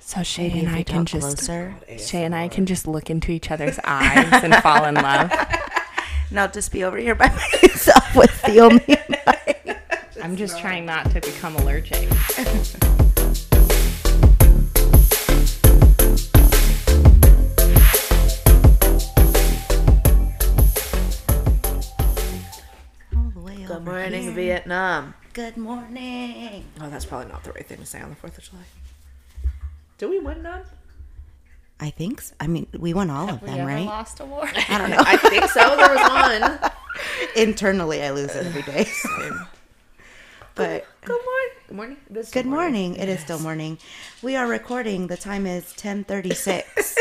So Shay Maybe and if I we can talk just closer. Shay and I can just look into each other's eyes and fall in love. And I'll just be over here by myself with Theo. me and Mike. I'm just trying not to become allergic. All the way over Good morning, here. Vietnam. Good morning. Oh, that's probably not the right thing to say on the 4th of July. Do we win none? I think. So. I mean, we won all of them, right? lost a war. I don't know. I think so. There was one. Internally, I lose it every day. but Good morning. Good morning. It is still good morning. It is still morning. We are recording. The time is ten thirty-six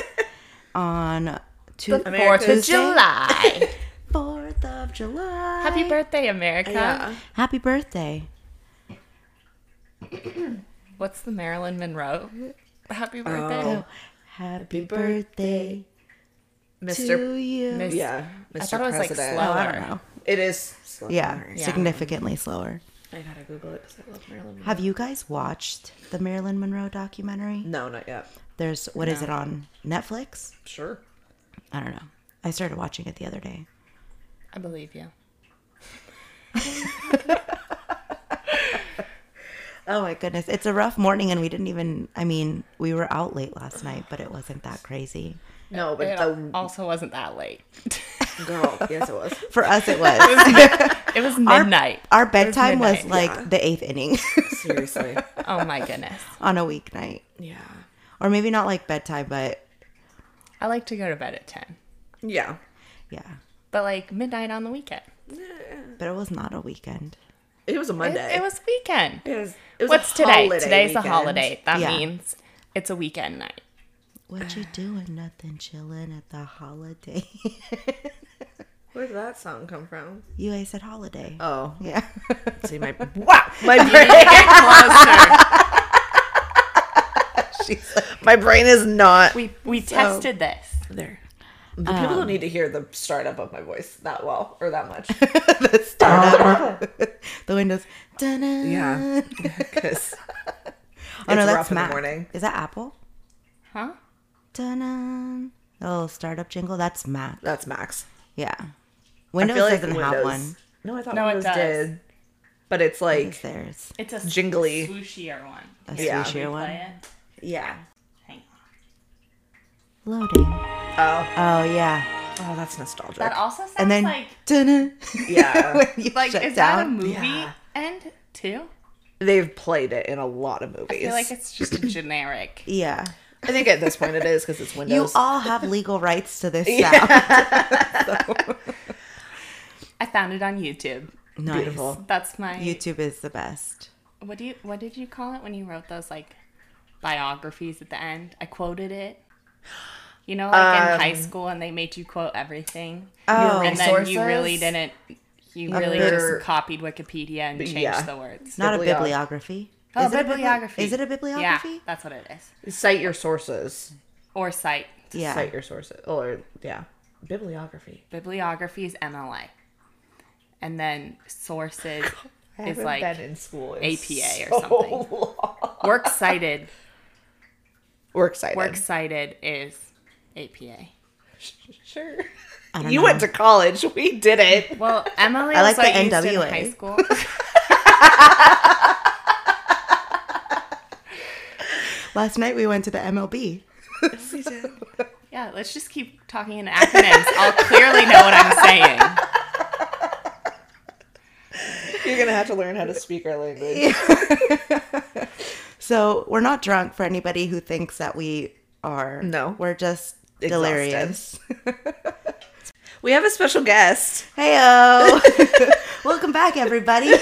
on two, America's- Tuesday, July. fourth of July. Happy birthday, America. Yeah. Happy birthday. What's the Marilyn Monroe? Happy birthday. Oh. Happy birthday to Mr. you. Miss- Yeah, Mr. I thought it was like President. oh, slower. I don't know. It is. slow. Yeah, Sorry. significantly slower. I gotta Google it because I love Marilyn. Have you guys watched the Marilyn Monroe documentary? No, not yet. There's what is it on Netflix? Sure. I don't know. I started watching it the other day. I believe you. Oh my goodness. It's a rough morning and we didn't even I mean, we were out late last night, but it wasn't that crazy. No, but It the also wasn't that late. girl. Yes, it was. For us it was. It was midnight. Our bedtime was midnight, like the eighth inning Seriously. oh my goodness. on a weeknight. Yeah. Or maybe not like bedtime, but I like to go to bed at 10, Yeah. yeah. but like midnight on the weekend. But it was not a weekend. It was a It, Monday. it was weekend. It was. It was What's a today? holiday Today's a weekend. holiday. That Yeah. means it's a weekend night. What you doing? Nothing chilling at the holiday. Where did that song come from? you guys said holiday. Oh, Yeah. see my wow, my brain. She's My brain is not We we tested this. there. The people don't need to hear the startup of my voice that well or that much. the startup. the windows. Ta-da. Yeah, because Oh no, It's that's rough in the Mac. morning. Is that Apple? Huh? Dun-dun. The little startup jingle. That's Mac. that's Max. Yeah. I Windows feel like doesn't have Windows- one. No, I thought No, it Windows does. did, but it's It's like theirs. It's a Jingly. swooshier one. A Yeah. swooshier one. yeah. Hang on. Loading. Oh, Oh yeah. oh, that's nostalgic. That also sounds And then like dun Yeah. when you like shut is that a down. movie Yeah. end too? They've played it in a lot of I movies. feel like it's just a generic. yeah. I think at this point it is because it's You Windows. all have legal rights to this sound. I found it on YouTube. Nice. Beautiful. That's my YouTube is the best. What do you what did you call it when you wrote those like biographies at the end? I quoted it. You know, like in high school and they made you quote everything. Oh, and then you really resources? didn't you really better- just copied Wikipedia and changed Yeah. the words. not a bibliography. bibliography. Oh, Is it a bibli- bibliography. is it a bibliography? Yeah, that's what it is. Cite your sources. Or site. Yeah. Cite your sources. Or yeah, bibliography. Bibliography is MLA. And then sources is like been in school in APA or so something. long. works cited. We're excited. Works cited is APA. Sure. I don't You know. went to college. We did it. Well, Emily I I like what like the used it in NWA. high school. Last night we went to the MLB. yeah, let's just keep talking in acronyms. I'll clearly know what I'm saying. You're gonna have to learn how to speak our language. So we're not drunk for anybody who thinks that we are. No. We're just Exhausted. delirious. We have a special guest. Heyo. Welcome back, everybody.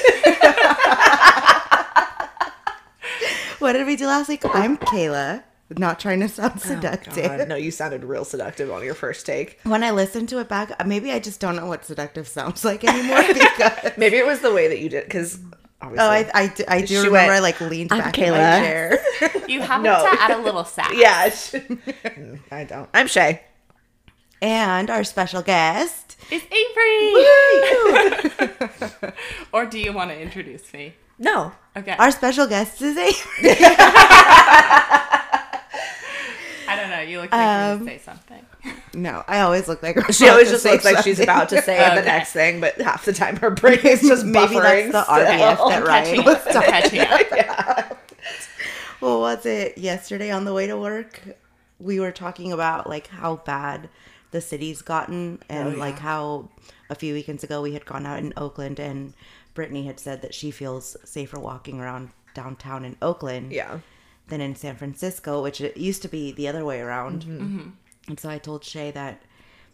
what did we do last week? I'm Kayla. Not trying to sound seductive. Oh, God, no, you sounded real seductive on your first take. when I listen to it back, maybe I just don't know what seductive sounds like anymore. Because Maybe it was the way that you did, because obviously, oh, I, I, do- I do She remember went, I like leaned "I'm back in Kayla." my chair. You have No. to add a little sass. yeah, Mm, I don't. I'm Shay. and our special guest. It's Avery. or do you want to introduce me? No, Okay. Our special guest is a. look like you were gonna say something. No, I always look like She always just looks like she's about to say the next thing, but half the time her brain is just Maybe buffering that's the still. RBF that Catching Ryan up. was I'm catching up. well was it yesterday on the way to work we were talking about like how bad the city's gotten and like how a few weekends ago we had gone out in oakland and brittany had said that she feels safer walking around downtown in oakland Yeah. than in san francisco which it used to be the other way around Mm-hmm. and so i told shay that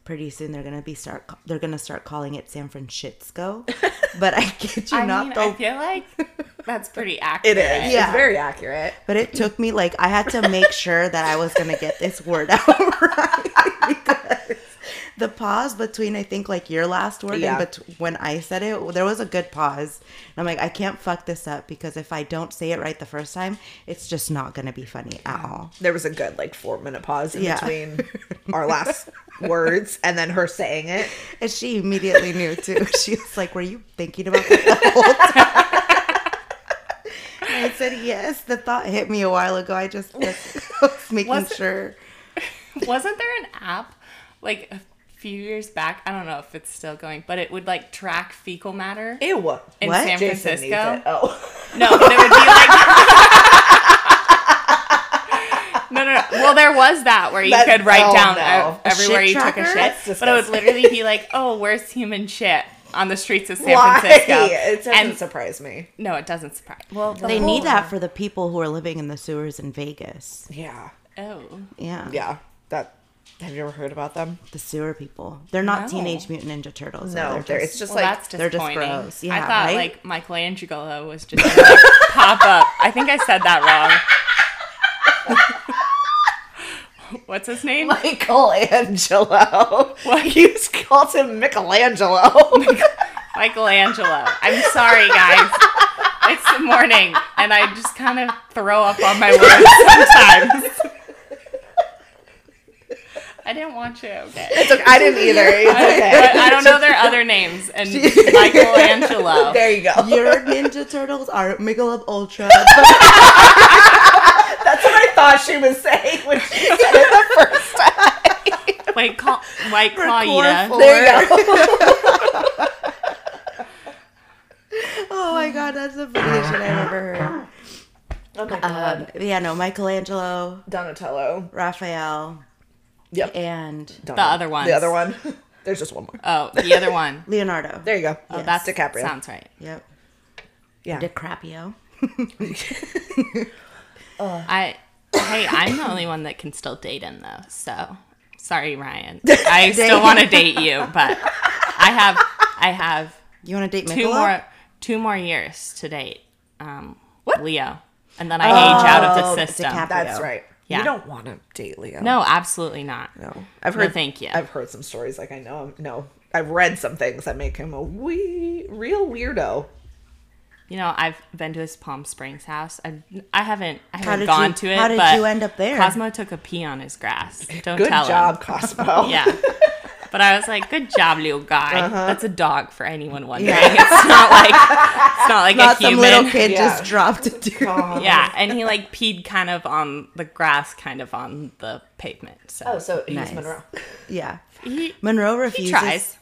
pretty soon they're gonna be start they're gonna start calling it san francisco but i kid you I not mean, the I feel like that's pretty accurate. It is. Yeah. It's very accurate. But it took me like I had to make sure that I was gonna get this word out right because the pause between I think like your last word and Yeah. bet- when I said it, there was a good pause. And I'm like, I can't fuck this up because if I don't say it right the first time, it's just not gonna be funny at all. There was a good like four minute pause in Yeah. between our last words and then her saying it. And she immediately knew too. She was like, "Were you thinking about that the whole time?" And I said, "Yes." The thought hit me a while ago. I just I was making Was it- sure. Wasn't there an app like a few years back? I don't know if it's still going, but it would like track fecal matter Ew. in What? San Jason needs it. Francisco. Oh. No, but it would be like. No, no, no. Well, there was that where you That- could write oh, down no. ev- everywhere shit you took a tracker? shit, That's but it would disgusting. literally be like, "Oh, where's human shit on the streets of San Why? Francisco?" It doesn't Oh. and surprise me. no, it doesn't surprise. Well, the They need whole- that for the people who are living in the sewers in Vegas. Yeah. Oh, Yeah. Yeah. That have you ever heard about them? The sewer people. They're not No. Teenage Mutant Ninja Turtles. though. No, They're they're, just- it's just well, like that's they're just disappointing. gross. Yeah, I thought right? like Michelangelo was just gonna, like, pop up. I think I said that wrong. What's his name? Michelangelo. What? You just called him Michelangelo. Michelangelo. I'm sorry, guys. It's the morning, and I just kind of throw up on my words sometimes. I didn't watch it. Okay. It's okay. I didn't either. It's But I okay. don't know their other names. And Michelangelo. There you go. Your Ninja Turtles are Michelob Ultra. That's what I thought she was saying when she said it the first time. White Claw, White Claw Yida. Chloroform. There you go. oh my god, that's the funniest shit I've ever heard. Oh my god. Um, yeah, no, Michelangelo, Donatello. Raphael, Yep. and The other ones. The other one. There's just one more. Oh, the other one. Leonardo. There you go. Oh, that's DiCaprio. Sounds right. Yep. yeah. DiCaprio. I hey, I'm the only one that can still date him though. So sorry, Ryan. I still want to date you, but I have I have You want to date two Michelob? more two more years to date. Um, Leo, and then I age out Oh, of the system. DiCaprio. that's right. Yeah. You don't want to date Leo. No, absolutely not. No. I've No, heard thank you. I've heard some stories like I know him. No. I've read some things that make him a wee real weirdo. You know, I've been to his Palm Springs house. I I haven't I haven't did gone you- to it. how did but you end up there? Cosmo took a pee on his grass. Don't Good tell him. job, Cosmo. Yeah. But I was like, good job, little guy. Uh-huh. That's a dog for anyone wondering. It's not like it's not like Not a some human. little kid just Yeah. dropped a dude. God. Yeah, and he like peed kind of on the grass, kind of on the pavement. So Oh, so he's Nice. Monroe. Yeah. he, Monroe he refuses. tries.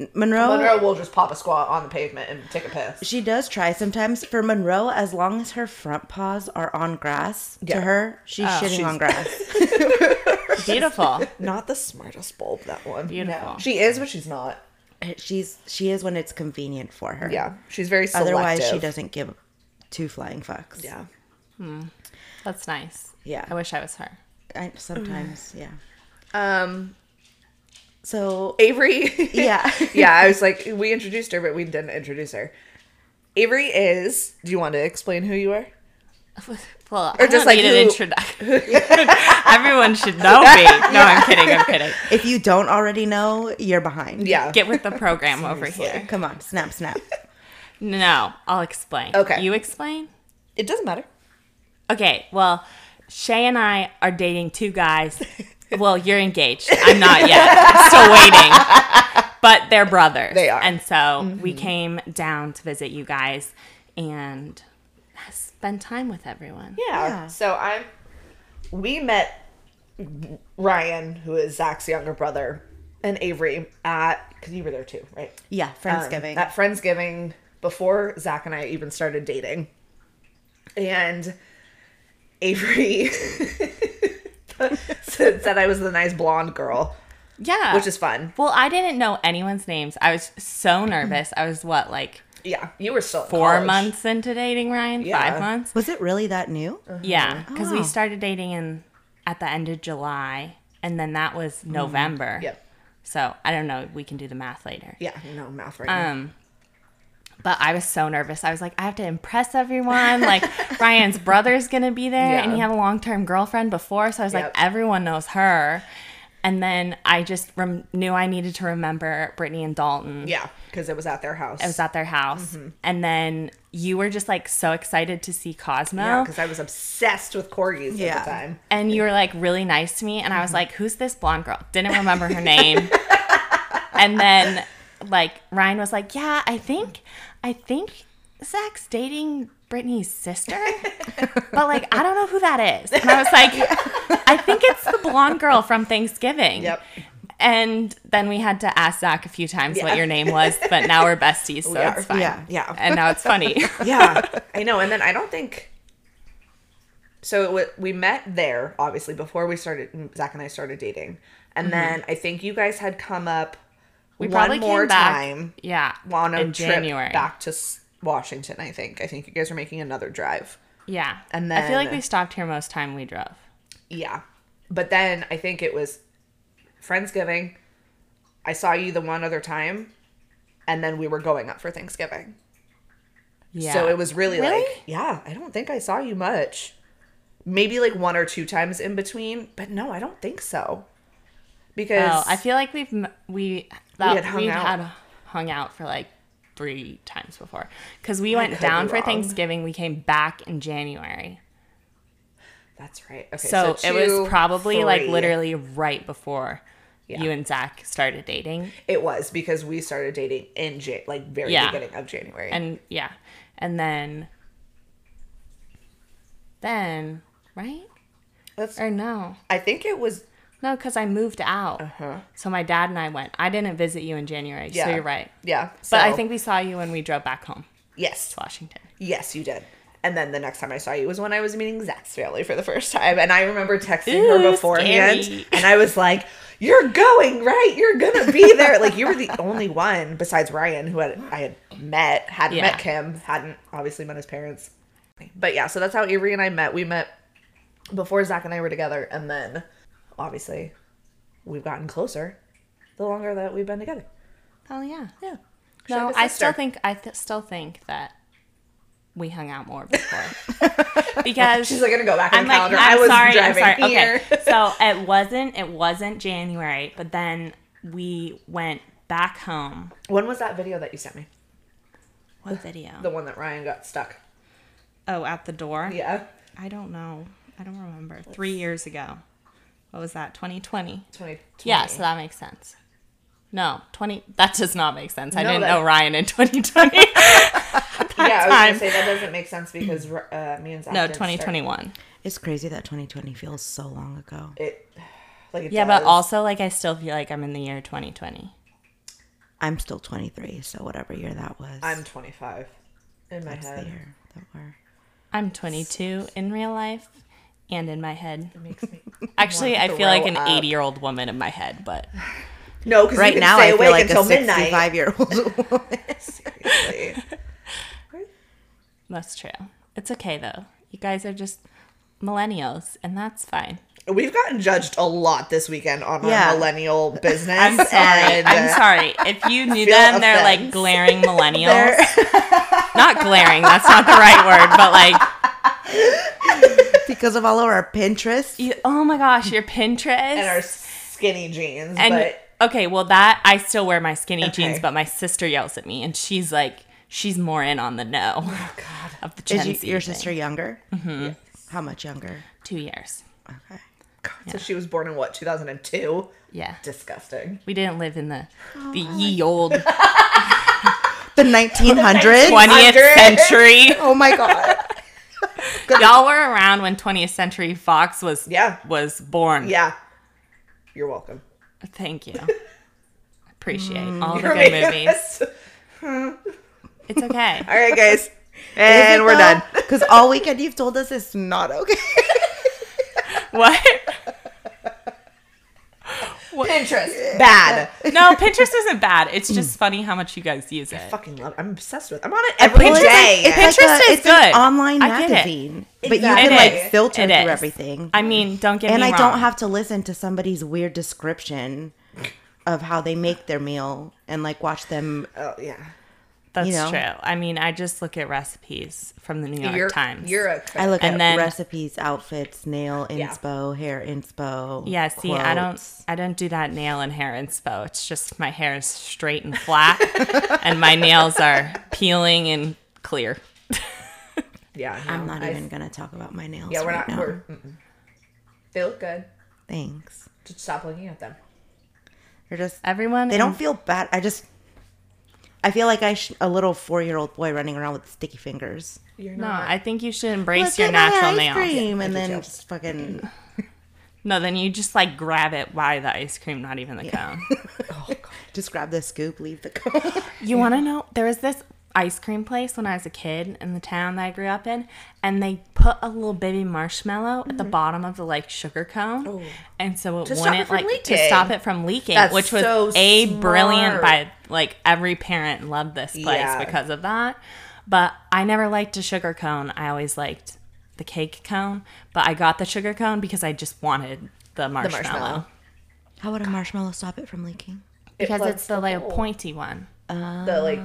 Oh. Monroe will just pop a squat on the pavement and take a piss. She does try sometimes. For Monroe, as long as her front paws are on grass, Yeah. to Oh. her, she's shitting on grass. Beautiful. Not the smartest bulb, that one. Beautiful. No. She is, but she's not. she's she is when it's convenient for her. Yeah. She's very selective. Otherwise, she doesn't give two flying fucks. Yeah. That's nice. Yeah. I wish I was her. I, sometimes, Mm. yeah. Um, So Avery. yeah, yeah, I was like, we introduced her, but we didn't introduce her. Avery is. Do you want to explain who you are? Well, I Or just just like like need who- an introduction. Everyone should know me. No, I'm kidding. I'm kidding. if you don't already know, you're behind. Yeah. Get with the program over here. Come on, snap, snap. No, I'll explain. Okay. You explain. it doesn't matter. Okay, well, Shay and I are dating two guys. Well, you're engaged. I'm not yet. I'm still waiting. But they're brothers. They are. Mm-hmm. And so we came down to visit you guys and spend time with everyone. Yeah. Yeah. So I'm. We met Ryan, who is Zach's younger brother, and Avery at because you were there too, right? Yeah, Friendsgiving. Um, at Friendsgiving before Zach and I even started dating, and Avery said said I was the nice blonde girl, Yeah. which is fun. Well, I didn't know anyone's names. I was so nervous. I was what, like Yeah, you were still in four college. months into dating Ryan? Yeah. Uh-huh. Five months? was it really that new? Yeah. Because Oh. we started dating in at the end of July and then that was November. Mm-hmm. Yep. So I don't know, we can do the math later. Yeah, no math right now. Um, but I was so nervous. I was like, I have to impress everyone. Like Ryan's brother's gonna be there, and he Yeah. had a long term girlfriend before, so I was Yep. like, everyone knows her. And then I just rem- knew I needed to remember Brittany and Dalton. Yeah, because it was at their house. I was at their house, Mm-hmm. and then you were just like so excited to see Cosmo. because I was obsessed with corgis Yeah. at the time. and you were like really nice to me and i was like who's this blonde girl didn't remember her name and then like ryan was like yeah i think i think zach's dating brittany's sister but like i don't know who that is and i was like i think it's the blonde girl from thanksgiving Yep. and then we had to ask zach a few times Yeah. what your name was but now we're besties so We are. it's fine Yeah. Yeah. and now it's funny yeah, I know. And then I don't think. So it wa we met there, obviously, before we started. Zach and I started dating, and then I think you guys had come up Mm-hmm. we one probably more came back time yeah on a in trip january back to S- Washington. I think. I think you guys were making another drive. Yeah. And I feel like then- we stopped here most time we drove. Yeah, but then I think it was Friendsgiving. I saw you the one other time, and then we were going up for Thanksgiving. Yeah. So it was really, like, Really? yeah, I don't think I saw you much. Maybe like one or two times in between, but no, I don't think so. Because Oh, I feel like we've m- we that we had had hung hung, out. Had hung out for like three times before because we went could down be for wrong. Thanksgiving. We came back in January, that's right. Okay, so, it two, was probably like three. literally right before Yeah. you and Zach started dating, it was because we started dating in Jan- like very Yeah. beginning of January. and yeah, and then then right that's or no I think it was no because I moved out, so my dad and I went. I didn't visit you in January, Uh-huh. yeah. so you're right. Yeah. But I so- think we saw you when we drove back home yes. to Washington. Yes, you did. And then the next time I saw you was when I was meeting Zach's family for the first time. And I remember texting her Ooh, beforehand. scary. And I was like, You're going, right? You're going to be there. like, you were the only one besides Ryan who had, I had met, hadn't Yeah. met Kim, hadn't obviously met his parents. But yeah, so that's how Avery and I met. We met before Zach and I were together. And then obviously we've gotten closer the longer that we've been together. Oh yeah. Yeah. No, Like a I still sister. think I th- still think that we hung out more before because She's like gonna go back on I'm the like calendar. I'm I was sorry, driving I'm sorry. here. Okay, so it wasn't it wasn't January, but then we went back home. When was that video that you sent me? What video? The one that Ryan got stuck. oh, at the door. Yeah. I don't know. I don't remember. Three years ago. What was that? 2020. 2020. Yeah, so that makes sense. No, 20. That does not make sense. I No, didn't that- know Ryan in 2020. yeah, I was time. going to say that doesn't make sense because uh, me and Zach no, didn't start 2021. It's crazy that 2020 feels so long ago. It, like it Yeah, does. but also like I still feel like I'm in the year 2020. I'm still 23, so whatever year that was. I'm 25 in my that's the head. year that we're. I'm 22 in real life and in my head. It makes me Actually, wanna I feel like throw an up. 80 year old woman in my head, but no because Right now, I stay awake feel like until a 65 midnight. year old woman. Seriously. that's true. It's okay though. You guys are just millennials, and that's fine. We've gotten judged a lot this weekend on Yeah. our millennial business. I'm sorry. and, I'm uh, sorry. If you knew feel them, they're like offense. glaring millennials. not glaring, that's not the right word, but like, because of all of our Pinterest. you, oh my gosh, your Pinterest. And our skinny jeans. And but okay, well that I still wear my skinny jeans, Okay. but my sister yells at me, and she's like, she's more in on the know Oh, of the Gen Is you, Z your thing. sister younger? Mm-hmm. How much younger? Two years. Okay. so she was born in what, 2002? Yeah, Disgusting. we didn't live in the Oh the ye old The 1900s? twentieth 100. century. oh my God. Y'all were around when 20th Century Fox was Yeah. was born. Yeah. You're welcome. Thank you. Appreciate Mm. all the You're good right. movies. It's okay. All right, guys. And we're done. Because all weekend you've told us it's not okay. What? Pinterest. Bad. No, Pinterest isn't bad. It's Mm. just funny how much you guys use it. Fucking love. I'm obsessed with. I'm on it every Pinterest- day. it's like- Pinterest is it's an good. online I get it. magazine, but you Exactly. can It like is. filter It through is. everything. I mean, don't get and me I wrong. don't have to listen to somebody's weird description of how they make their meal and like watch them. oh yeah. That's you know. true. I mean, I just look at recipes from the New York You're, Times. you're a cook. I look And at then- recipes, outfits, nail inspo, hair inspo. yeah, see, I don't, quotes. I don't do that nail and hair inspo. It's just my hair is straight and flat, and my nails are peeling and clear. yeah. I'm no, not I- even gonna talk about my nails. Yeah, we're right not. Now. We're, mm-mm. they look good. Thanks. Just stop looking at them. They're just. Everyone, They don't feel bad. I just. I feel like I sh- a little four year old boy running around with sticky fingers. You're No, not. I think you should embrace Let's your get my natural ice nails. cream, and I do then too. just fucking. No, then you just like grab it by the ice cream, not even the cone. Just grab the scoop, leave the cone. You want to know? There was this ice cream place when I was a kid in the town that I grew up in, and they put a little baby marshmallow at the bottom of the like sugar cone, and so it Mm-hmm. Oh. To stop it wouldn't from like to leaking. stop it from leaking, That's which was so a brilliant smart. by like every parent loved this place Yeah. because of that. But I never liked a sugar cone. I always liked the cake cone, but I got the sugar cone because I just wanted the marshmallow, marshmallow. How would a marshmallow stop it from leaking? because plugs it's the like hole. pointy one. the like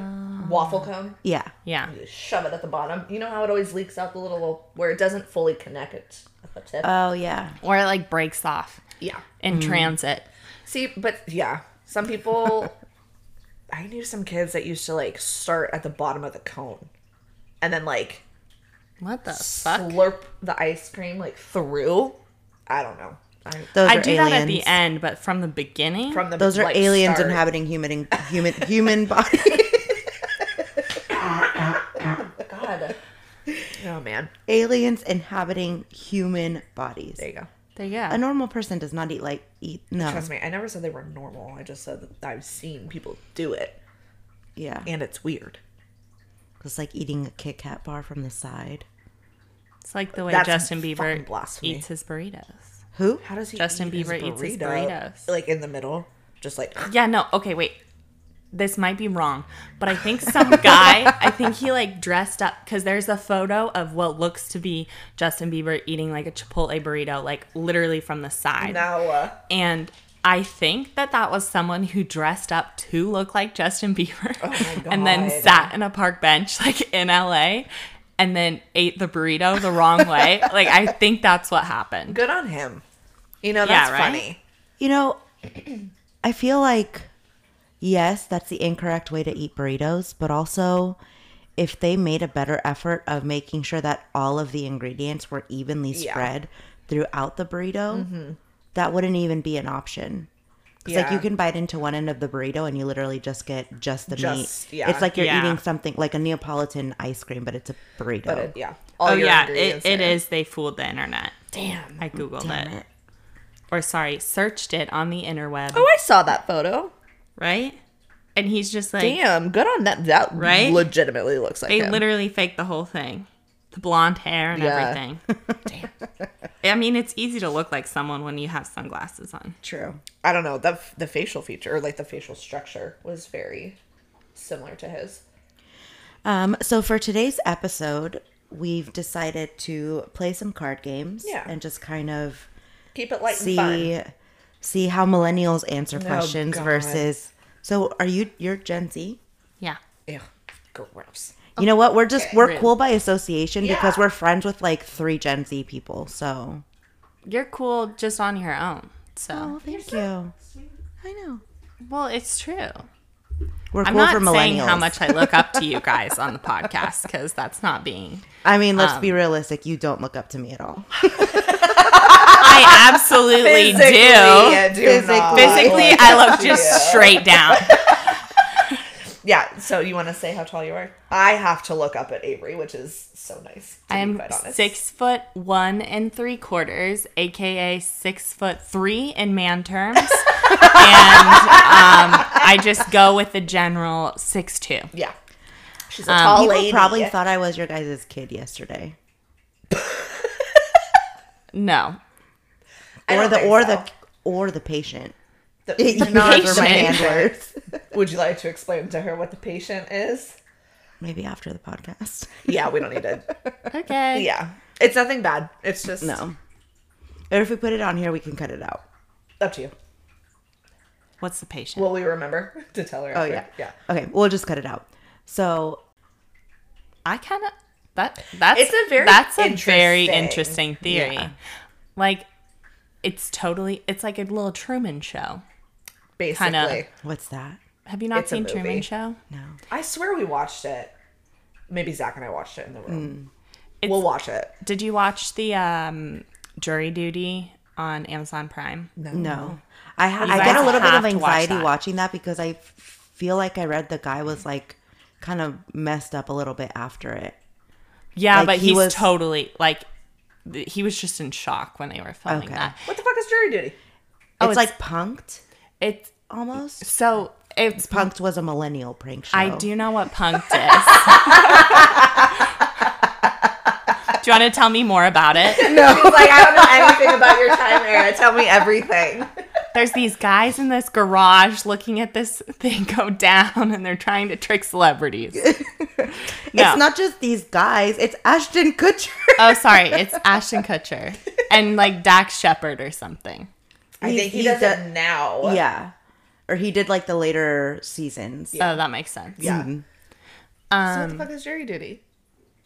waffle cone. Yeah. Yeah. You shove it at the bottom. You know how it always leaks out the little where it doesn't fully connect it at the tip. Oh yeah. Or it like breaks off yeah. in transit. See, but yeah, some people. I knew some kids that used to like start at the bottom of the cone, and then like What the fuck? slurp the ice cream like through. I don't know. I, Those I are do aliens. that at the end, but from the beginning, from the Those are like, aliens start. inhabiting human human human body. God. Oh man, aliens inhabiting human bodies. there you go. there you go. A normal person does not eat like eat. No. Trust me, I never said they were normal. I just said that I've seen people do it, Yeah. and it's weird. It's like eating a Kit Kat bar from the side. It's like the way That's Justin fucking Bieber blasphemy. eats his burritos. Who? How does he? Justin eat his Bieber eats his burrito, burritos. like in the middle, just like Yeah, no. Okay, wait. This might be wrong, but I think some guy, I think he like dressed up because there's a photo of what looks to be Justin Bieber eating like a Chipotle burrito, like literally from the side. now. Uh, And I think that that was someone who dressed up to look like Justin Bieber Oh my and then God. sat in a park bench like in LA and then ate the burrito the wrong way. like I think that's what happened. good on him. You know Yeah, that's right? funny. You know, I feel like yes, that's the incorrect way to eat burritos, but also if they made a better effort of making sure that all of the ingredients were evenly Yeah. Mm-hmm. spread throughout the burrito, that wouldn't even be an option. It's like Yeah. you can bite into one end of the burrito and you literally just get just the Just- meat. yeah. It's like you're Yeah. eating something like a Neapolitan ice cream, but it's a burrito. But it, yeah, all oh your yeah, it, ingredients it in is. They fooled the internet. Damn. I googled Damn it. it. or sorry, searched it on the interweb, Oh, I saw that photo. right? And he's just like Damn, good on that. That Right? legitimately looks like they him. literally faked the whole thing. The blonde hair and Yeah. everything. Damn. I mean, it's easy to look like someone when you have sunglasses on. True. I don't know. The f- the facial feature or like the facial structure was very similar to his. Um, so for today's episode, we've decided to play some card games Yeah. and just kind of Keep it light and fun. Oh, see see how millennials answer questions God. versus so are you you're Gen Z? Yeah. Ew, gross. You know what? We're just we're Rude. cool by association because Yeah. we're friends with like three Gen Z people. So You're cool just on your own. So, Oh, thank you. I know. well, it's true. We're I'm cool not for millennials. saying how much I look up to you guys on the podcast because that's not being. I mean, let's um, be realistic. You don't look up to me at all. I absolutely do. I do Physically. not. Physically, I look just Yeah. straight down. Yeah, so you want to say how tall you are? I have to look up at Avery, which is so nice. to I be am quite honest. six foot one and three quarters, aka six foot three in man terms, and um, I just go with the general six two. Yeah. She's Um, a tall People lady. probably thought I was your guys' kid yesterday, No, I or don't the think or so. the or the patient. The- You guys were my patient. handlers. Would you like to explain to her what the patient is? Maybe after the podcast. Yeah, we don't need it. okay, Yeah. It's nothing bad. It's just No, or if we put it on here, we can cut it out. up to you. What's the patient? Will we remember to tell her? Oh after? yeah, Yeah. Okay, we'll just cut it out. So I kind of that that's It's a very that's a very interesting- interesting theory. Yeah. Like it's totally it's like a little Truman Show. Basically. what's that? Have you not It's a seen Truman movie. Show? No, I swear we watched it. Maybe Zach and I watched it in the room. It's- We'll watch it. Did you watch the um, jury duty on Amazon Prime? no. I ha- Mm-hmm. You I guys get a little bit have of to watch anxiety that. watching that because I f- feel like I read the guy was like kind of messed up a little bit after it. Yeah, Like, but he he's was- totally like th- he was just in shock when they were filming Okay. that. What the fuck is jury duty? Oh, it's- it's, like punked It's almost. so it's Punked was a millennial prank show. I do know what punked is. Do you want to tell me more about it? She's like, I don't know anything about your time era. Tell me everything. There's these guys in this garage looking at this thing go down and they're trying to trick celebrities. No. It's not just these guys. It's Ashton Kutcher. oh, sorry. It's Ashton Kutcher and like Dax Shepard or something. I think he, he's does the- it now. yeah, or he did like the later seasons. Oh, that makes sense. Yeah. so what Um, the fuck is jury duty?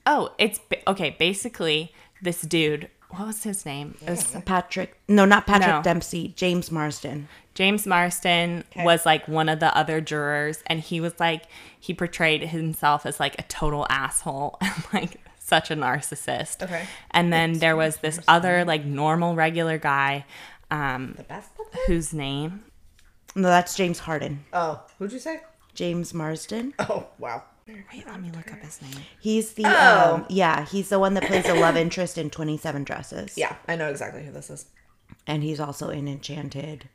oh, it's ba- okay. Basically, this dude, what was his name? It was Patrick, no, not Patrick No. Dempsey. James Marsden. James Marston was like one of the other jurors, and he was like, he portrayed himself as like a total asshole and like such a narcissist. Okay. And then there was this other like normal, regular guy um, The basketball? whose name No, that's James Harden. Oh, who'd you say? James Marsden. Oh, wow. Wait, let me look up his name. He's the Oh. um, yeah, he's the one that plays the love interest in Twenty Seven Dresses. Yeah, I know exactly who this is. and he's also in Enchanted.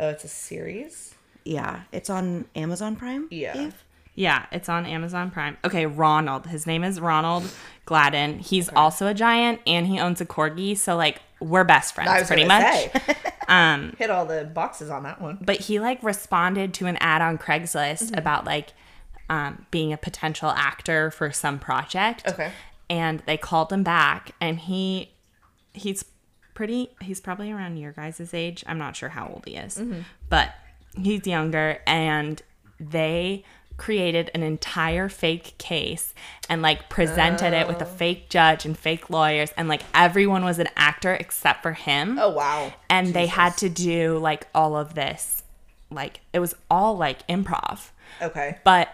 Oh, it's a series? Yeah, it's on Amazon Prime. Yeah. Eve? Yeah, it's on Amazon Prime. Okay, Ronald. His name is Ronald Gladden. He's also a giant and he owns a corgi. So, like, we're best friends I was pretty gonna much. Say. um, Hit all the boxes on that one. But he, like, responded to an ad on Craigslist about, like, um, being a potential actor for some project. Okay. And they called him back and he he's pretty he's probably around your guys' age i'm not sure how old he is Mm-hmm. but he's younger and they created an entire fake case and like presented it with a Oh. fake judge and fake lawyers and like everyone was an actor except for him Oh, wow. and they had to do like all of this like it was all like improv Okay. but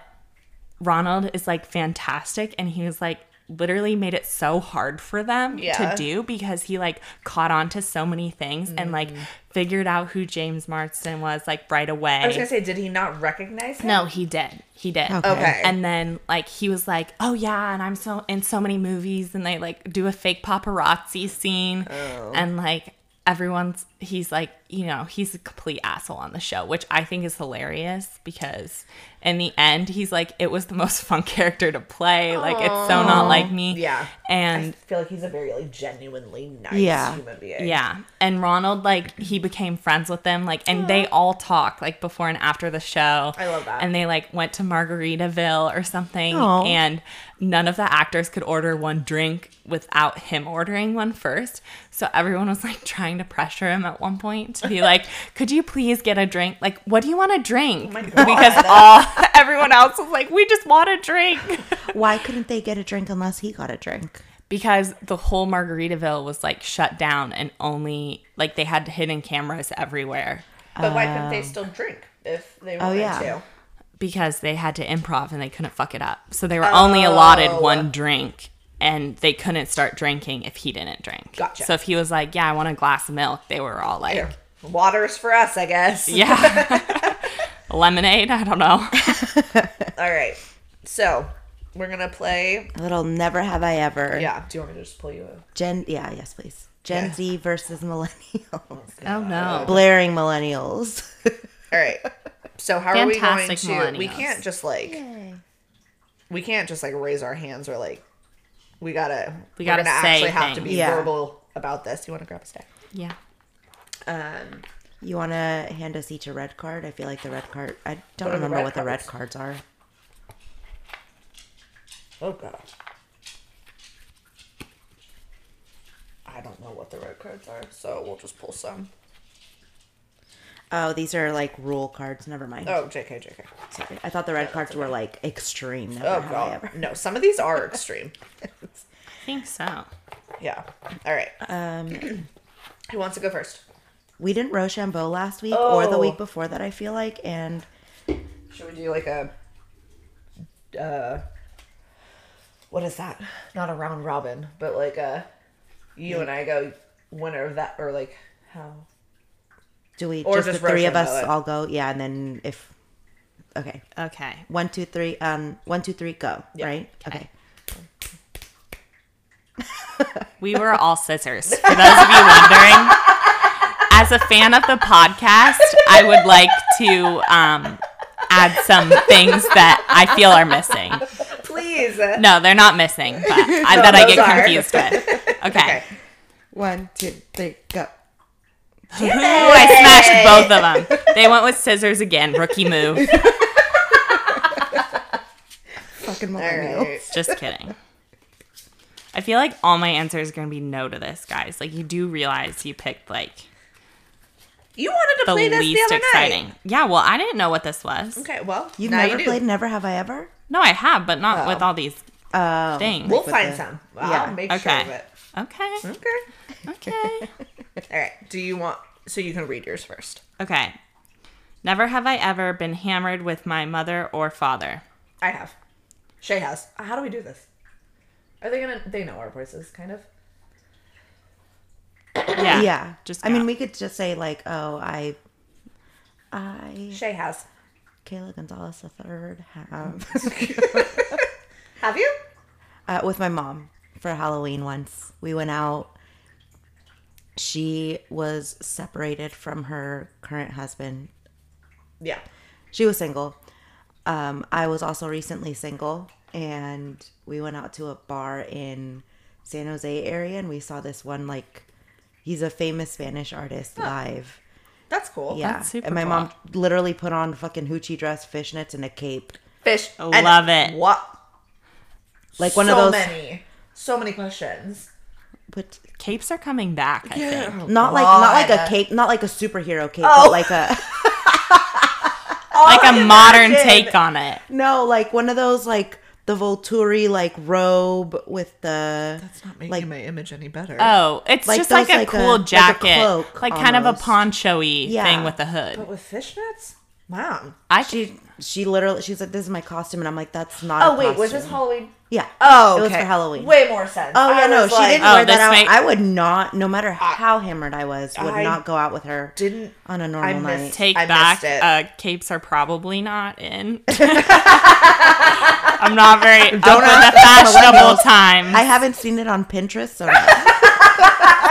Ronald is like fantastic and he was like literally made it so hard for them Yeah. to do because he like caught on to so many things and like Mm. figured out who James Marston was like right away. I was going to say, did he not recognize him? no, he did. He did. Okay. Okay. And then like he was like, "Oh yeah, and I'm so in so many movies and they like do a fake paparazzi scene Oh. and like everyone's he's like, you know, he's a complete asshole on the show, which I think is hilarious because in the end he's like it was the most fun character to play. Like it's so not like me. Yeah. I And feel like he's a very like genuinely nice Yeah. human being. yeah. And Ronald, like, he became friends with them. Like, and they all talk, like, before and after the show. I love that. And they, like, went to Margaritaville or something. Aw. And none of the actors could order one drink without him ordering one first. So everyone was, like, trying to pressure him at one point to be like, could you please get a drink? Like, what do you want to drink? Oh my God. because all everyone else was like, we just want a drink. Why couldn't they get a drink unless he got a drink? because the whole Margaritaville was like shut down and only like they had hidden cameras everywhere But why couldn't they still drink if they wanted yeah. to? because they had to improv and they couldn't fuck it up. So they were only allotted Oh. one drink and they couldn't start drinking if he didn't drink. Gotcha. So if he was like, "Yeah, I want a glass of milk," they were all like, Here. Water's for us, I guess. "Yeah." Lemonade, I don't know. All right. So we're gonna play. A little never have I ever. Yeah. Do you want me to just pull you a? Gen. Yeah. Yes, please. Gen Yeah. Z versus millennials. Oh no. Blaring millennials. All right. So how Fantastic are we going to? We millennials. can't just like. We can't just like raise our hands or like. We gotta. We we're gotta gonna say actually have to things. be Yeah. verbal about this. You want to grab a stack? yeah. Um. you want to hand us each a red card? I feel like the red card. I don't What are the remember red what the red cards? cards are. Oh god. I don't know what the red cards are, so we'll just pull some. Oh, these are like rule cards. Never mind. Oh, JK, JK. Sorry. I thought the red cards were like extreme. Never Oh have I god. ever. No, some of these are extreme. I think so. yeah. All right. Um, Who wants to go first? we didn't Rochambeau last week or the Oh. week before that. I feel like, and Should we do like a uh what is that? Not a round robin, but like a you and I go winner of that or like how do we Or just, just the three of us Rochambeau it. all go? Yeah, and then if okay, Okay. one, two, three. Um, one, two, three, go. Yeah. Right. Okay. Okay. We were all scissors. For those of you wondering, as a fan of the podcast, I would like to um, add some things that I feel are missing. please No, they're not missing, but I, that I those get are. confused with. Okay. One, two, three, go. Ooh, I smashed both of them. They went with scissors again. Rookie move. Fucking All millennial. right. Just kidding. I feel like all my answers are going to be no to this, guys. Like, you do realize you picked, like, You wanted to the play this the least other exciting. night. Yeah, well, I didn't know what this was. Okay, well, You've now never you do. played Never Have I Ever? No, I have, but not Oh. with all these Um, things. We'll with find the- some. yeah. I'll make sure Okay. of it. Okay. Okay. Okay. All right. Do you want? So you can read yours first. okay. Never have I ever been hammered with my mother or father. I have. Shay has. How do we do this? Are they gonna? They know our voices, kind of. Yeah. Yeah. Just I mean, go. we could just say like, oh, I, I, Shay has. Kayla Gonzalez the third have Have you? uh, with my mom for Halloween once. We went out. She was separated from her current husband. Yeah. She was single. Um, I was also recently single, and we went out to a bar in San Jose area, and we saw this one like he's a famous Spanish artist live. That's cool. Yeah. That's super and my cool. mom literally put on fucking hoochie dress, fishnets, and a cape. Fish. I love it. What? Like one so of those. many. So many questions. But Capes are coming back, I think. not like not like a God. cape, not like a superhero cape, Oh. but like a Like a modern imagine. take on it. no, like one of those like the Volturi like robe with the. That's not making Like- my image any better. Oh, it's Like just like those, a like a- cool like a jacket. Like, cloak kind of a almost. poncho y Yeah. thing with a hood. but with fishnets, mom. I She she literally she's like this is my costume, and I'm like that's not. Oh a wait, was this costume." Halloween? Yeah. Oh, it was okay. for Halloween. Way more sense. Oh I yeah, no, was she like- didn't Oh, wear this that out. make- I would not, no matter how hammered I was, would I not go out with her Didn't on a I normal missed- night. take I back missed it. uh capes are probably not in i'm not very don't up with ask the fashionable time I haven't seen it on Pinterest, so no.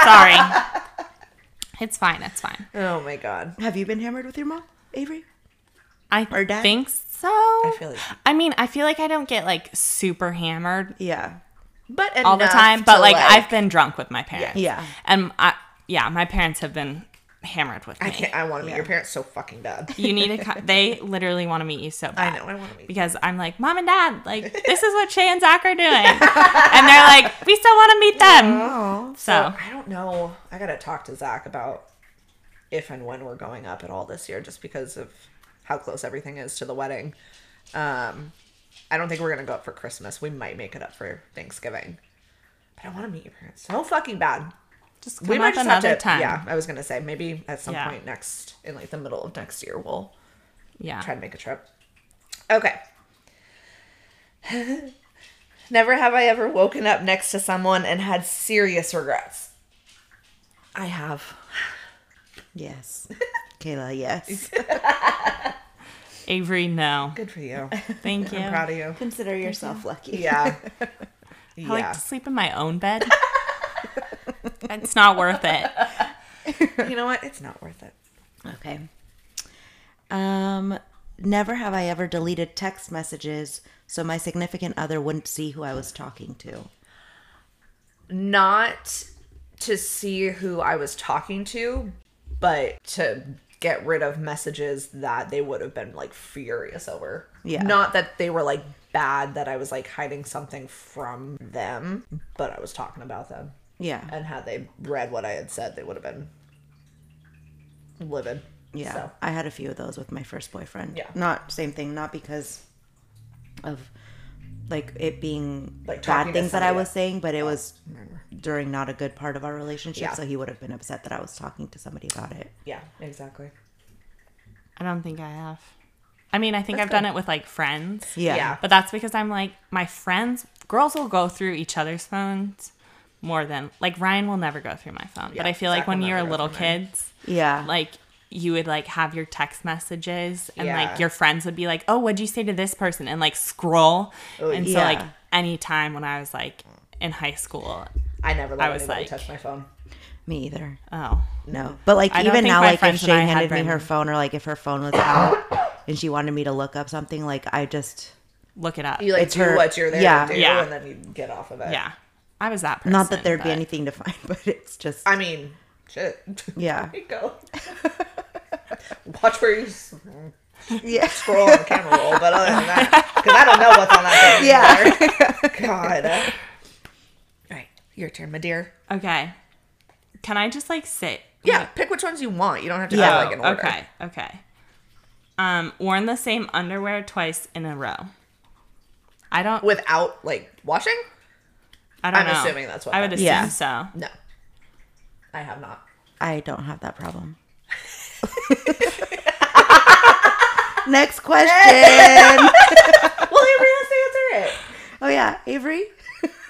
sorry it's fine it's fine Oh my god. have you been hammered with your mom, Avery? i Or dad? think so feel like- I mean i feel like i don't get like super hammered Yeah. But all the enough time but to, like, i've been drunk with my parents Yeah. and i yeah my parents have been hammered with me I can't. I want to meet Yeah. your parents so fucking bad. you need to co- they literally want to meet you so bad I know. I want to meet. because I'm like, Mom and Dad, like, this is what Shay and Zach are doing. and they're like, we still want to meet them. Oh. So, I don't know. I gotta talk to Zach about if and when we're going up at all this year, just because of how close everything is to the wedding. Um, I don't think we're gonna go up for Christmas. We might make it up for Thanksgiving. But I want to meet your parents so fucking bad. just come we might up just another have to. time. Yeah, I was gonna say maybe at some Yeah. point next in like the middle of next year we'll Yeah. try to make a trip. Okay. Never have I ever woken up next to someone and had serious regrets. I have. Yes. Kayla, yes. Avery, no. Good for you. Thank you. I'm proud of you. Consider yourself lucky. Yeah. I like yeah. to sleep in my own bed. it's not worth it. you know what? It's not worth it. Okay. Um, never have I ever deleted text messages so my significant other wouldn't see who I was talking to. Not to see who I was talking to, but to get rid of messages that they would have been like furious over. Yeah. Not that they were like bad that I was like hiding something from them, but I was talking about them. Yeah. And had they read what I had said, they would have been livid. Yeah. So, I had a few of those with my first boyfriend. Yeah. Not same thing, not because of like it being Like, talking bad to things that I somebody was else. saying, but it was during not a good part of our relationship, Yeah. so he would have been upset that I was talking to somebody about it. yeah, exactly. I don't think I have. I mean, I think I've done it with like friends. Yeah. Yeah. But that's because I'm like, my friends, girls will go through each other's phones more than, like, Ryan will never go through my phone. but Yeah, I feel Zach like when will you're never go little through mine. kids, Yeah. like, you would like have your text messages and Yeah. like your friends would be like, oh, what'd you say to this person? And like scroll. Oh, and so, yeah. like, any time when I was like in high school, I never let I was anybody like- touch my phone. me either. oh, No. But like I don't even think now, my like if friends and I Shane had handed me her random- phone or like if her phone was out and she wanted me to look up something, like I just look it up. You like It's do her- what you're there yeah. to do, Yeah. and then you get off of it. yeah. I was that person. not that there'd but- be anything to find, but it's just I mean, shit. Yeah. There you go. Watch where you s- yeah. scroll on camera roll, but other than that, because I don't know what's on that thing. Yeah. God. All right, your turn, my dear. Okay. Can I just like sit? Yeah, pick which ones you want. You don't have to Yeah. go like in order. Okay. Okay. Um, worn the same underwear twice in a row. I don't. Without like washing? I don't I'm know. assuming that's what I would that assume Yeah. so. No, I have not. I don't have that problem. Next question. Well, Avery has to answer it. Oh yeah, Avery.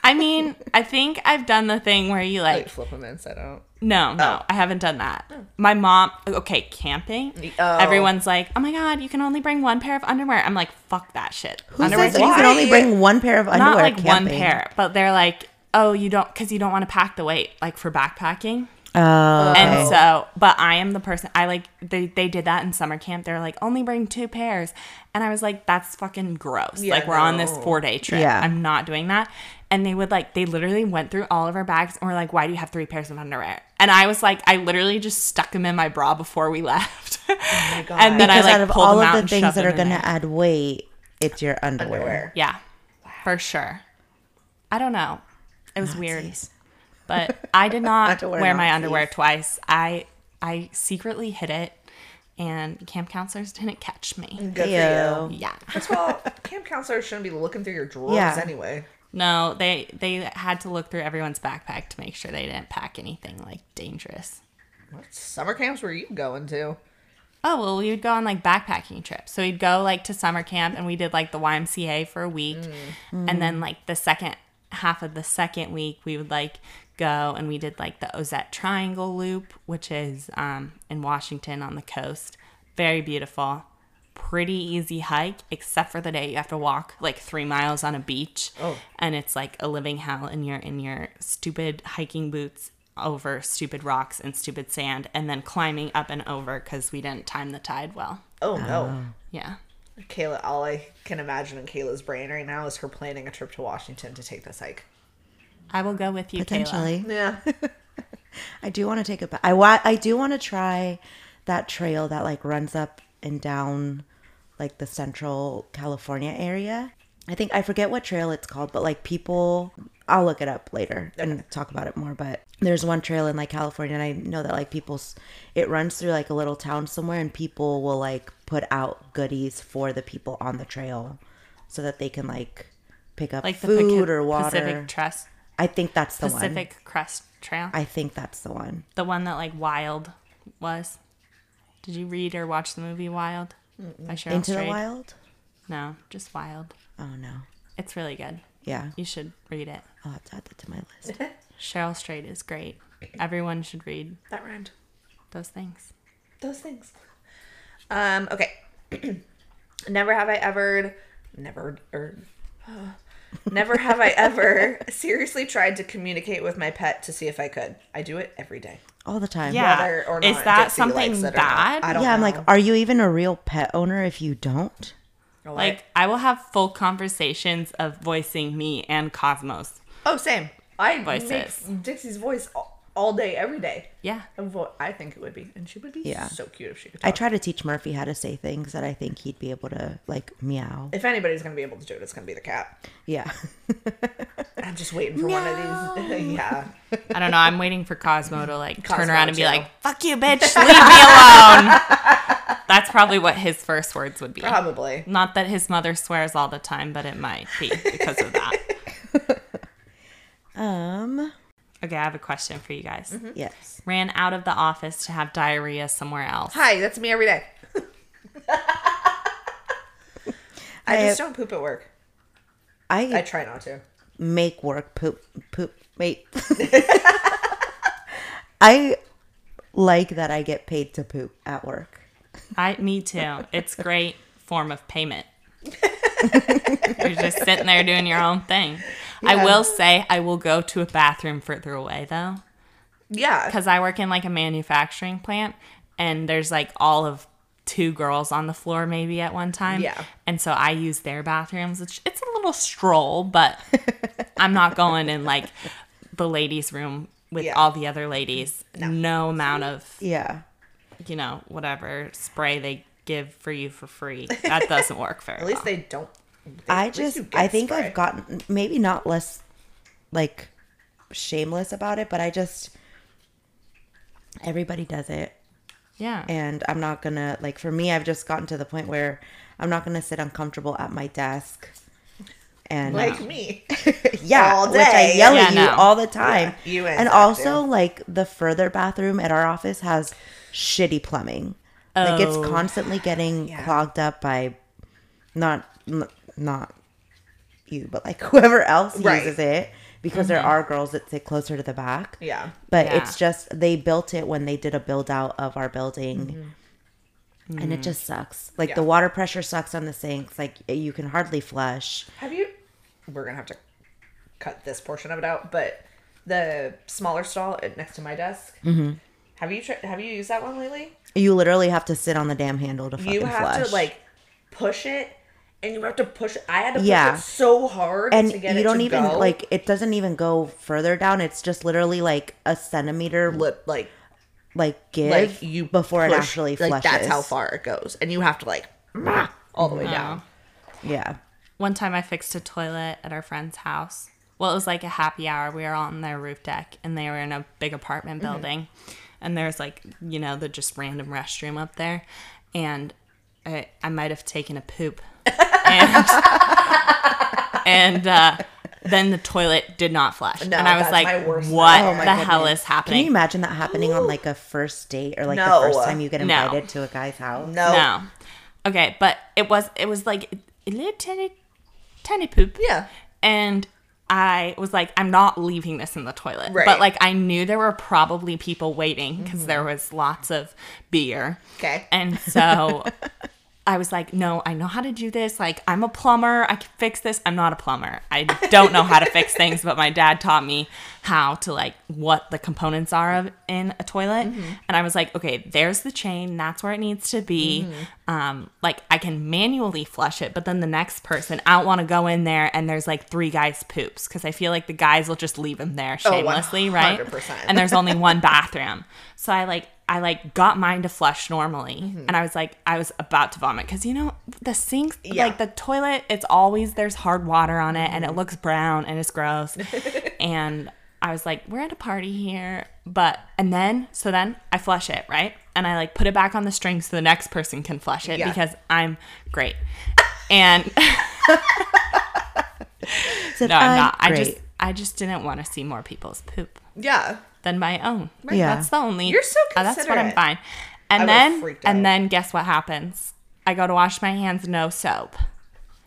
I mean, I think I've done the thing where you like. Like oh. flip them inside out. No, no, I haven't done that. My mom. Okay, camping. Oh. Everyone's like, "Oh my god, you can only bring one pair of underwear." I'm like, "Fuck that shit." Who Underwear's says that you can why? only bring one pair of underwear? not like one camping? pair, but they're like, "Oh, you don't because you don't want to pack the weight like for backpacking." Oh, And so, but I am the person I like. They they did that in summer camp. They're like, only bring two pairs, and I was like, that's fucking gross. Yeah, like we're on this no. four day trip. Yeah. I'm not doing that. And they would like they literally went through all of our bags and were like, why do you have three pairs of underwear? And I was like, I literally just stuck them in my bra before we left. God. and then Oh because I like out of pulled all them out of the and things shoved that them in are going there. to add weight, it's your underwear. Underwear. yeah, for sure. I don't know. It was weird Nazis. but I did not Underwear wear, my Nazis. underwear twice. I I secretly hid it, and camp counselors didn't catch Mm. me. Good for you. Ew. Yeah, Well, camp counselors shouldn't be looking through your drawers Yeah. anyway. no, they they had to look through everyone's backpack to make sure they didn't pack anything like dangerous. What summer camps were you going to? Oh well, we would go on like backpacking trips. So we'd go like to summer camp, and we did like the YMCA for a week, and then like the second half of the second week, we would like go and we did like the Ozette Triangle Loop, which is um, in Washington on the coast. Very beautiful, pretty easy hike, except for the day you have to walk like three miles on a beach, Oh. and it's like a living hell, and you're in your stupid hiking boots over stupid rocks and stupid sand and then climbing up and over because we didn't time the tide well. Oh no. Um, Yeah. Kayla, all I can imagine in Kayla's brain right now is her planning a trip to Washington to take this hike. I will go with you, Kayla. Potentially, Yeah. I do want to take a. ba- I wa- I do want to try that trail that like runs up and down, like the central California area. I think I forget what trail it's called, but like people, I'll look it up later and talk about it more. But there's one trail in like California, and I know that like people, s- it runs through like a little town somewhere, and people will like put out goodies for the people on the trail, so that they can like pick up Like the food Paci- or water. Pacific Trust I think that's the one. Pacific Crest Trail. I think that's the one. the one that like Wild was. Did you read or watch the movie Wild? By Cheryl Into the Strayed? Wild? No, just Wild. Oh no. It's really good. Yeah. You should read it. I'll have to add that to my list. Cheryl Strait is great. Everyone should read that rhymed. those things. Those things. Um, okay. Never have I ever, never, or never have I ever seriously tried to communicate with my pet to see if I could. I do it every day. all the time. Yeah. Whether or Is not that Dixie something likes it or not. bad? I don't Yeah, I'm know. like, are you even a real pet owner if you don't? Or Like I will have full conversations of voicing me and Cosmos. oh, same. I voice Voices. make Dixie's voice all, all day, every day. Yeah. And vo- I think it would be, and she would be Yeah. so cute if she could. I Talk. try to teach Murphy how to say things that I think he'd be able to like meow. if anybody's gonna be able to do it, it's gonna be the cat. Yeah. I'm just waiting for one of these. yeah. I don't know. I'm waiting for Cosmo to like turn Cosmo, around and be too. like, "Fuck you, bitch! Leave me alone." That's probably what his first words would be. Probably. Not that his mother swears all the time, but it might be because of that. um. Okay, I have a question for you guys. Mm-hmm. Yes. Ran out of the office to have diarrhea somewhere else. Hi, that's me every day. I I- just don't poop at work. I I try not to. make work poop poop. Wait. I like that I get paid to poop at work. I me too. It's great form of payment. You're just sitting there doing your own thing. I will say I will go to a bathroom further away though. Yeah. because I work in like a manufacturing plant and there's like all of two girls on the floor maybe at one time. Yeah. And so I use their bathrooms, which it's a little stroll, but I'm not going in like the ladies' room with Yeah. all the other ladies. No. amount of, Yeah. you know, whatever spray they give for you for free. That doesn't work very At least they don't. I at least just you get I think spray. I've gotten maybe not less like shameless about it, but I just everybody does it Yeah. and I'm not going to like for me I've just gotten to the point where I'm not going to sit uncomfortable at my desk. And like me. yeah, all which I day. yell at Yeah, you no. all the time. Yeah, you ain't and got also to. like the further bathroom at our office has shitty plumbing. Like it's Oh. constantly getting Yeah. clogged up by not n- not you, but like whoever else Right. uses it because there are girls that sit closer to the back. Yeah. But Mm-hmm. Yeah. it's just they built it when they did a build out of our building. And Mm. it just sucks. Like the Mm-hmm. Yeah. water pressure sucks on the sinks. Like you can hardly flush. Have you? We're gonna have to cut this portion of it out, but the smaller stall at- next to my desk. Mm-hmm. Have you tried? Have you used that one lately? You literally have to sit on the damn handle to fucking You have flush. to like push it, and you have to push. it. I had to push Yeah. it so hard and to get you it don't to even go. like it doesn't even go further down. It's just literally like a centimeter lip like like give like you before it push- actually flushes. like that's how far it goes, and you have to like all the way down. Yeah. One time I fixed a toilet at our friend's house. Well, it was like a happy hour. We were on their roof deck and they were in a big apartment Mm-hmm. building. And there's like, you know, the just random restroom up there. And I, I might have taken a poop. And, and uh, then the toilet did not flush. No, and I was that's my like, worst what nightmare. the Oh my hell is Can you happening? imagine that happening on like a first date or like No. the first time you get No. invited to a guy's house? No. No. Okay, but it was, it was like a little tiny, tiny poop. Yeah. and I was like, I'm not leaving this in the toilet. Right. Mm-hmm. But like, I knew there were probably people waiting because there was lots of beer. Okay. And so I was like, no, I know how to do this. Like, I'm a plumber. I can fix this. I'm not a plumber. I don't know how to fix things, but my dad taught me how to, like, what the components are of in a toilet. And I was like, okay, there's the chain. That's where it needs to be. Um, like, I can manually flush it, but then the next person, I don't want to go in there and there's like three guys' poops because I feel like the guys will just leave them there shamelessly, right? 100%. And there's only one bathroom. So I like I like got mine to flush normally, and I was like I was about to vomit because you know the sinks Yeah. like the toilet it's always there's hard water on it and it looks brown and it's gross, and I was like we're at a party here, but and then so then I flush it right and I like put it back on the string so the next person can flush it Yeah. because I'm great, and Except no I'm not I great. just I just didn't want to see more people's poop Yeah. than my own. Yeah. That's the only. You're so Uh, that's what I'm considerate. fine. And I would've then, freaked out. and then, guess what happens? I go to wash my hands, no soap,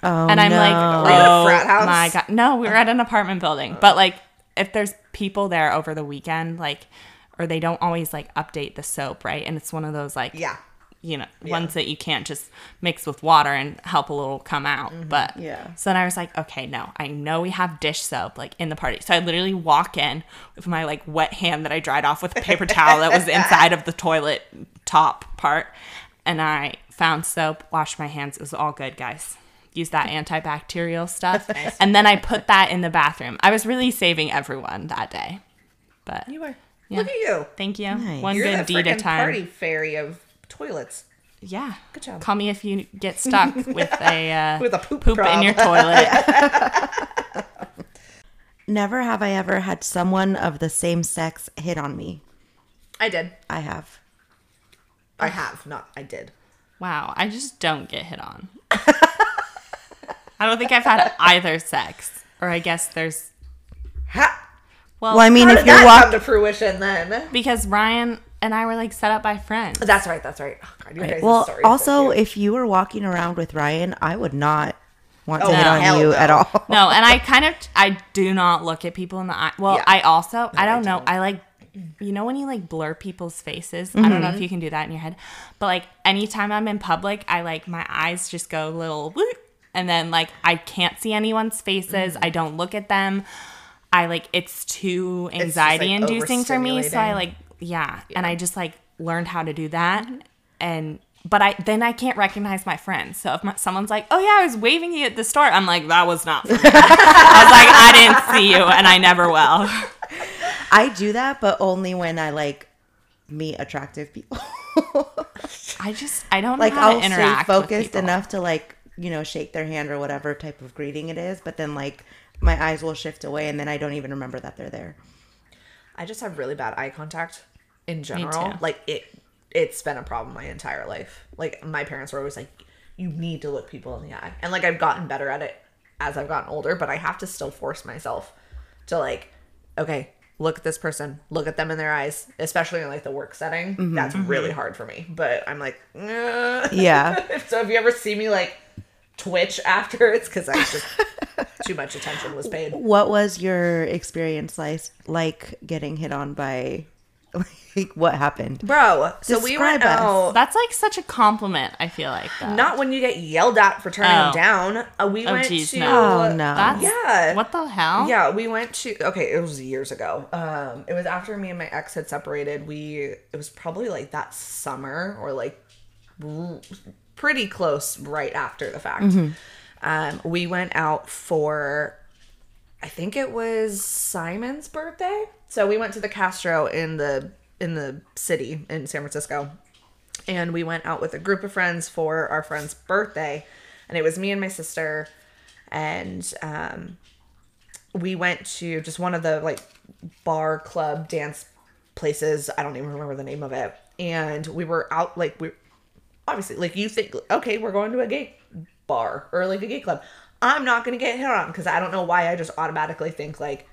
oh, and I'm like, no. Were you at a oh frat house?" Uh. my god, no, we were at an apartment building, but like, if there's people there over the weekend, like, or they don't always like update the soap, right? And it's one of those like, Yeah. you know, ones that you can't just mix with water and help a little come out. Mm-hmm. But Yeah. So then I was like, okay, no, I know we have dish soap like in the party. So I literally walk in with my like wet hand that I dried off with a paper towel that was inside of the toilet top part. And I found soap, washed my hands. It was all good, guys. Use that antibacterial stuff. And then I put that in the bathroom. I was really saving everyone that day. But You were. Look at you. thank you. Nice. One You're good the deed at a freaking time. party fairy of toilets. Yeah. Good job. Call me if you get stuck with a uh, With a poop in problem. your toilet. Never have I ever had someone of the same sex hit on me. I did. I have. I Oh. have not. I did. Wow, I just don't get hit on. I don't think I've had either sex, or I guess there's Ha! well, Well, I mean, How if did that you're come walking, to fruition then? because Ryan and I were like set up by friends. That's right. That's right. Oh, God, you guys' well, stories are also cute. if you were walking around with Ryan, I would not want to Oh, hit no. on Hell you no. at all. No, and I kind of I do not look at people in the eye. Well, Yeah. I also I don't know. I like you know when you like blur people's faces. I don't know if you can do that in your head, but like anytime I'm in public, I like my eyes just go a little whoop, and then like I can't see anyone's faces. I don't look at them. I like it's too just, like, anxiety inducing for me. So I overstimulating. like yeah, and I just like learned how to do that and. But I then I can't recognize my friends. So if my, someone's like, "Oh yeah, I was waving you at the store," I'm like, "That was not for I was like, I didn't see you, and I never will. I do that, but only when I like meet attractive people. I just, I don't like know how to I'll stay interact. focused with people. enough to like you know shake their hand or whatever type of greeting it is, but then like my eyes will shift away and then I don't even remember that they're there. I just have really bad eye contact in general. too. Like it, it's been a problem my entire life. Like my parents were always like, "You need to look people in the eye," and like I've gotten better at it as I've gotten older, but I have to still force myself to like, okay, look at this person, look at them in their eyes, especially in like the work setting. That's really hard for me. But I'm like, "Nah." Yeah. so if you ever see me like twitch after, it's because I just too much attention was paid. What was your experience like, like getting hit on by like what happened? Bro, so we Describe went us. out. That's like such a compliment. I feel like that. Not when you get yelled at for turning Oh. them down. Uh, we went geez, to no. Oh, no. That's Yeah. What the hell? yeah, we went to okay, it was years ago. Um it was after me and my ex had separated. We it was probably like that summer or like r- pretty close right after the fact. Um we went out for I think it was Simon's birthday. So we went to the Castro in the in the city in San Francisco and we went out with a group of friends for our friend's birthday and it was me and my sister and um, we went to just one of the like bar club dance places i don't even remember the name of it and we were out like we obviously like you think okay we're going to a gay bar or like a gay club i'm not gonna get hit on because i don't know why i just automatically think like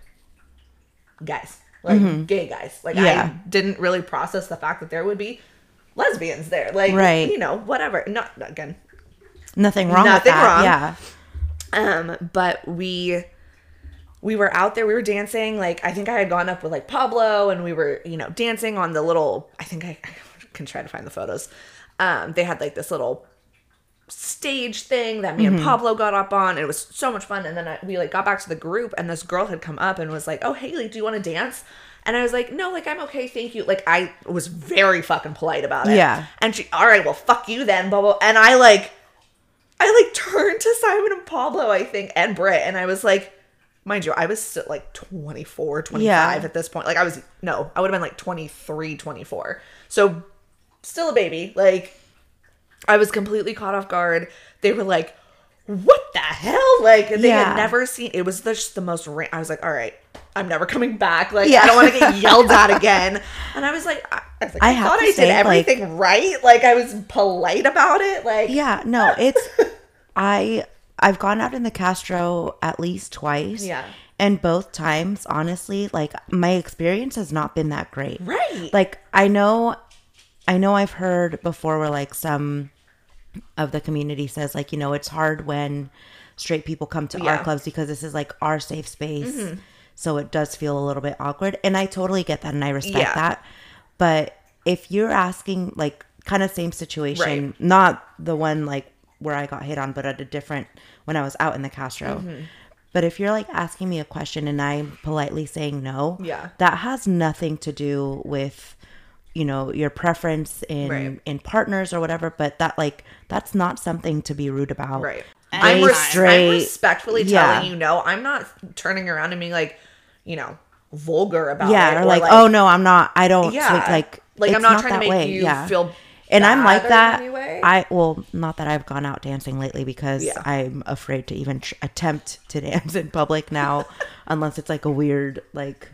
guys like gay guys like Mm-hmm. Yeah. i didn't really process the fact that there would be lesbians there like Right. you know whatever not again Nothing wrong with Nothing that. wrong. Yeah. um but we we were out there we were dancing like i think i had gone up with like pablo and we were you know dancing on the little i think i, I can try to find the photos um they had like this little stage thing that me and pablo got up on and it was so much fun and then I, we like got back to the group and this girl had come up and was like oh haley do you want to dance and i was like no like i'm okay thank you like i was very fucking polite about it Yeah. and she all right well fuck you then blah blah and i like I like turned to Simon and Pablo, I think, and Britt, and I was like, mind you, I was still like 24, 25 Yeah. at this point. Like, I was, no, I would have been like 23, 24. So, still a baby. Like, I was completely caught off guard. They were like, what the hell? Like, they Yeah. had never seen, it was just the most, ra- I was like, all right, I'm never coming back. Like, Yeah. I don't want to get yelled at again. And I was like, I, I, was like, I I, have thought to I did say, like- everything right. Like, I was polite about it. Like, Yeah, no, it's I I've gone out in the Castro at least twice. Yeah. And both times, honestly, like my experience has not been that great. Right. Like I know I know I've heard before where like some of the community says like, you know, it's hard when straight people come to Yeah. Mm-hmm. our clubs because this is like our safe space. So it does feel a little bit awkward. And I totally get that and I respect Yeah. that. But if you're asking like kind of same situation. Not the one like where I got hit on, but at a different when I was out in the Castro. Mm-hmm. But if you're like asking me a question and I'm politely saying no, Yeah. that has nothing to do with you know your preference in Right. in partners or whatever. But that like that's not something to be rude about. Right. And I'm, Gay, res- straight, I'm respectfully yeah. telling you no. I'm not turning around and being like, you know, vulgar about it. Yeah, or like, oh no, I'm not. I don't. Yeah. Yeah, like, Like, I'm it's not trying to that make you feel And I'm bad like or that. any way. I well, not that I've gone out dancing lately because Yeah. I'm afraid to even tr- attempt to dance in public now, unless it's like a weird like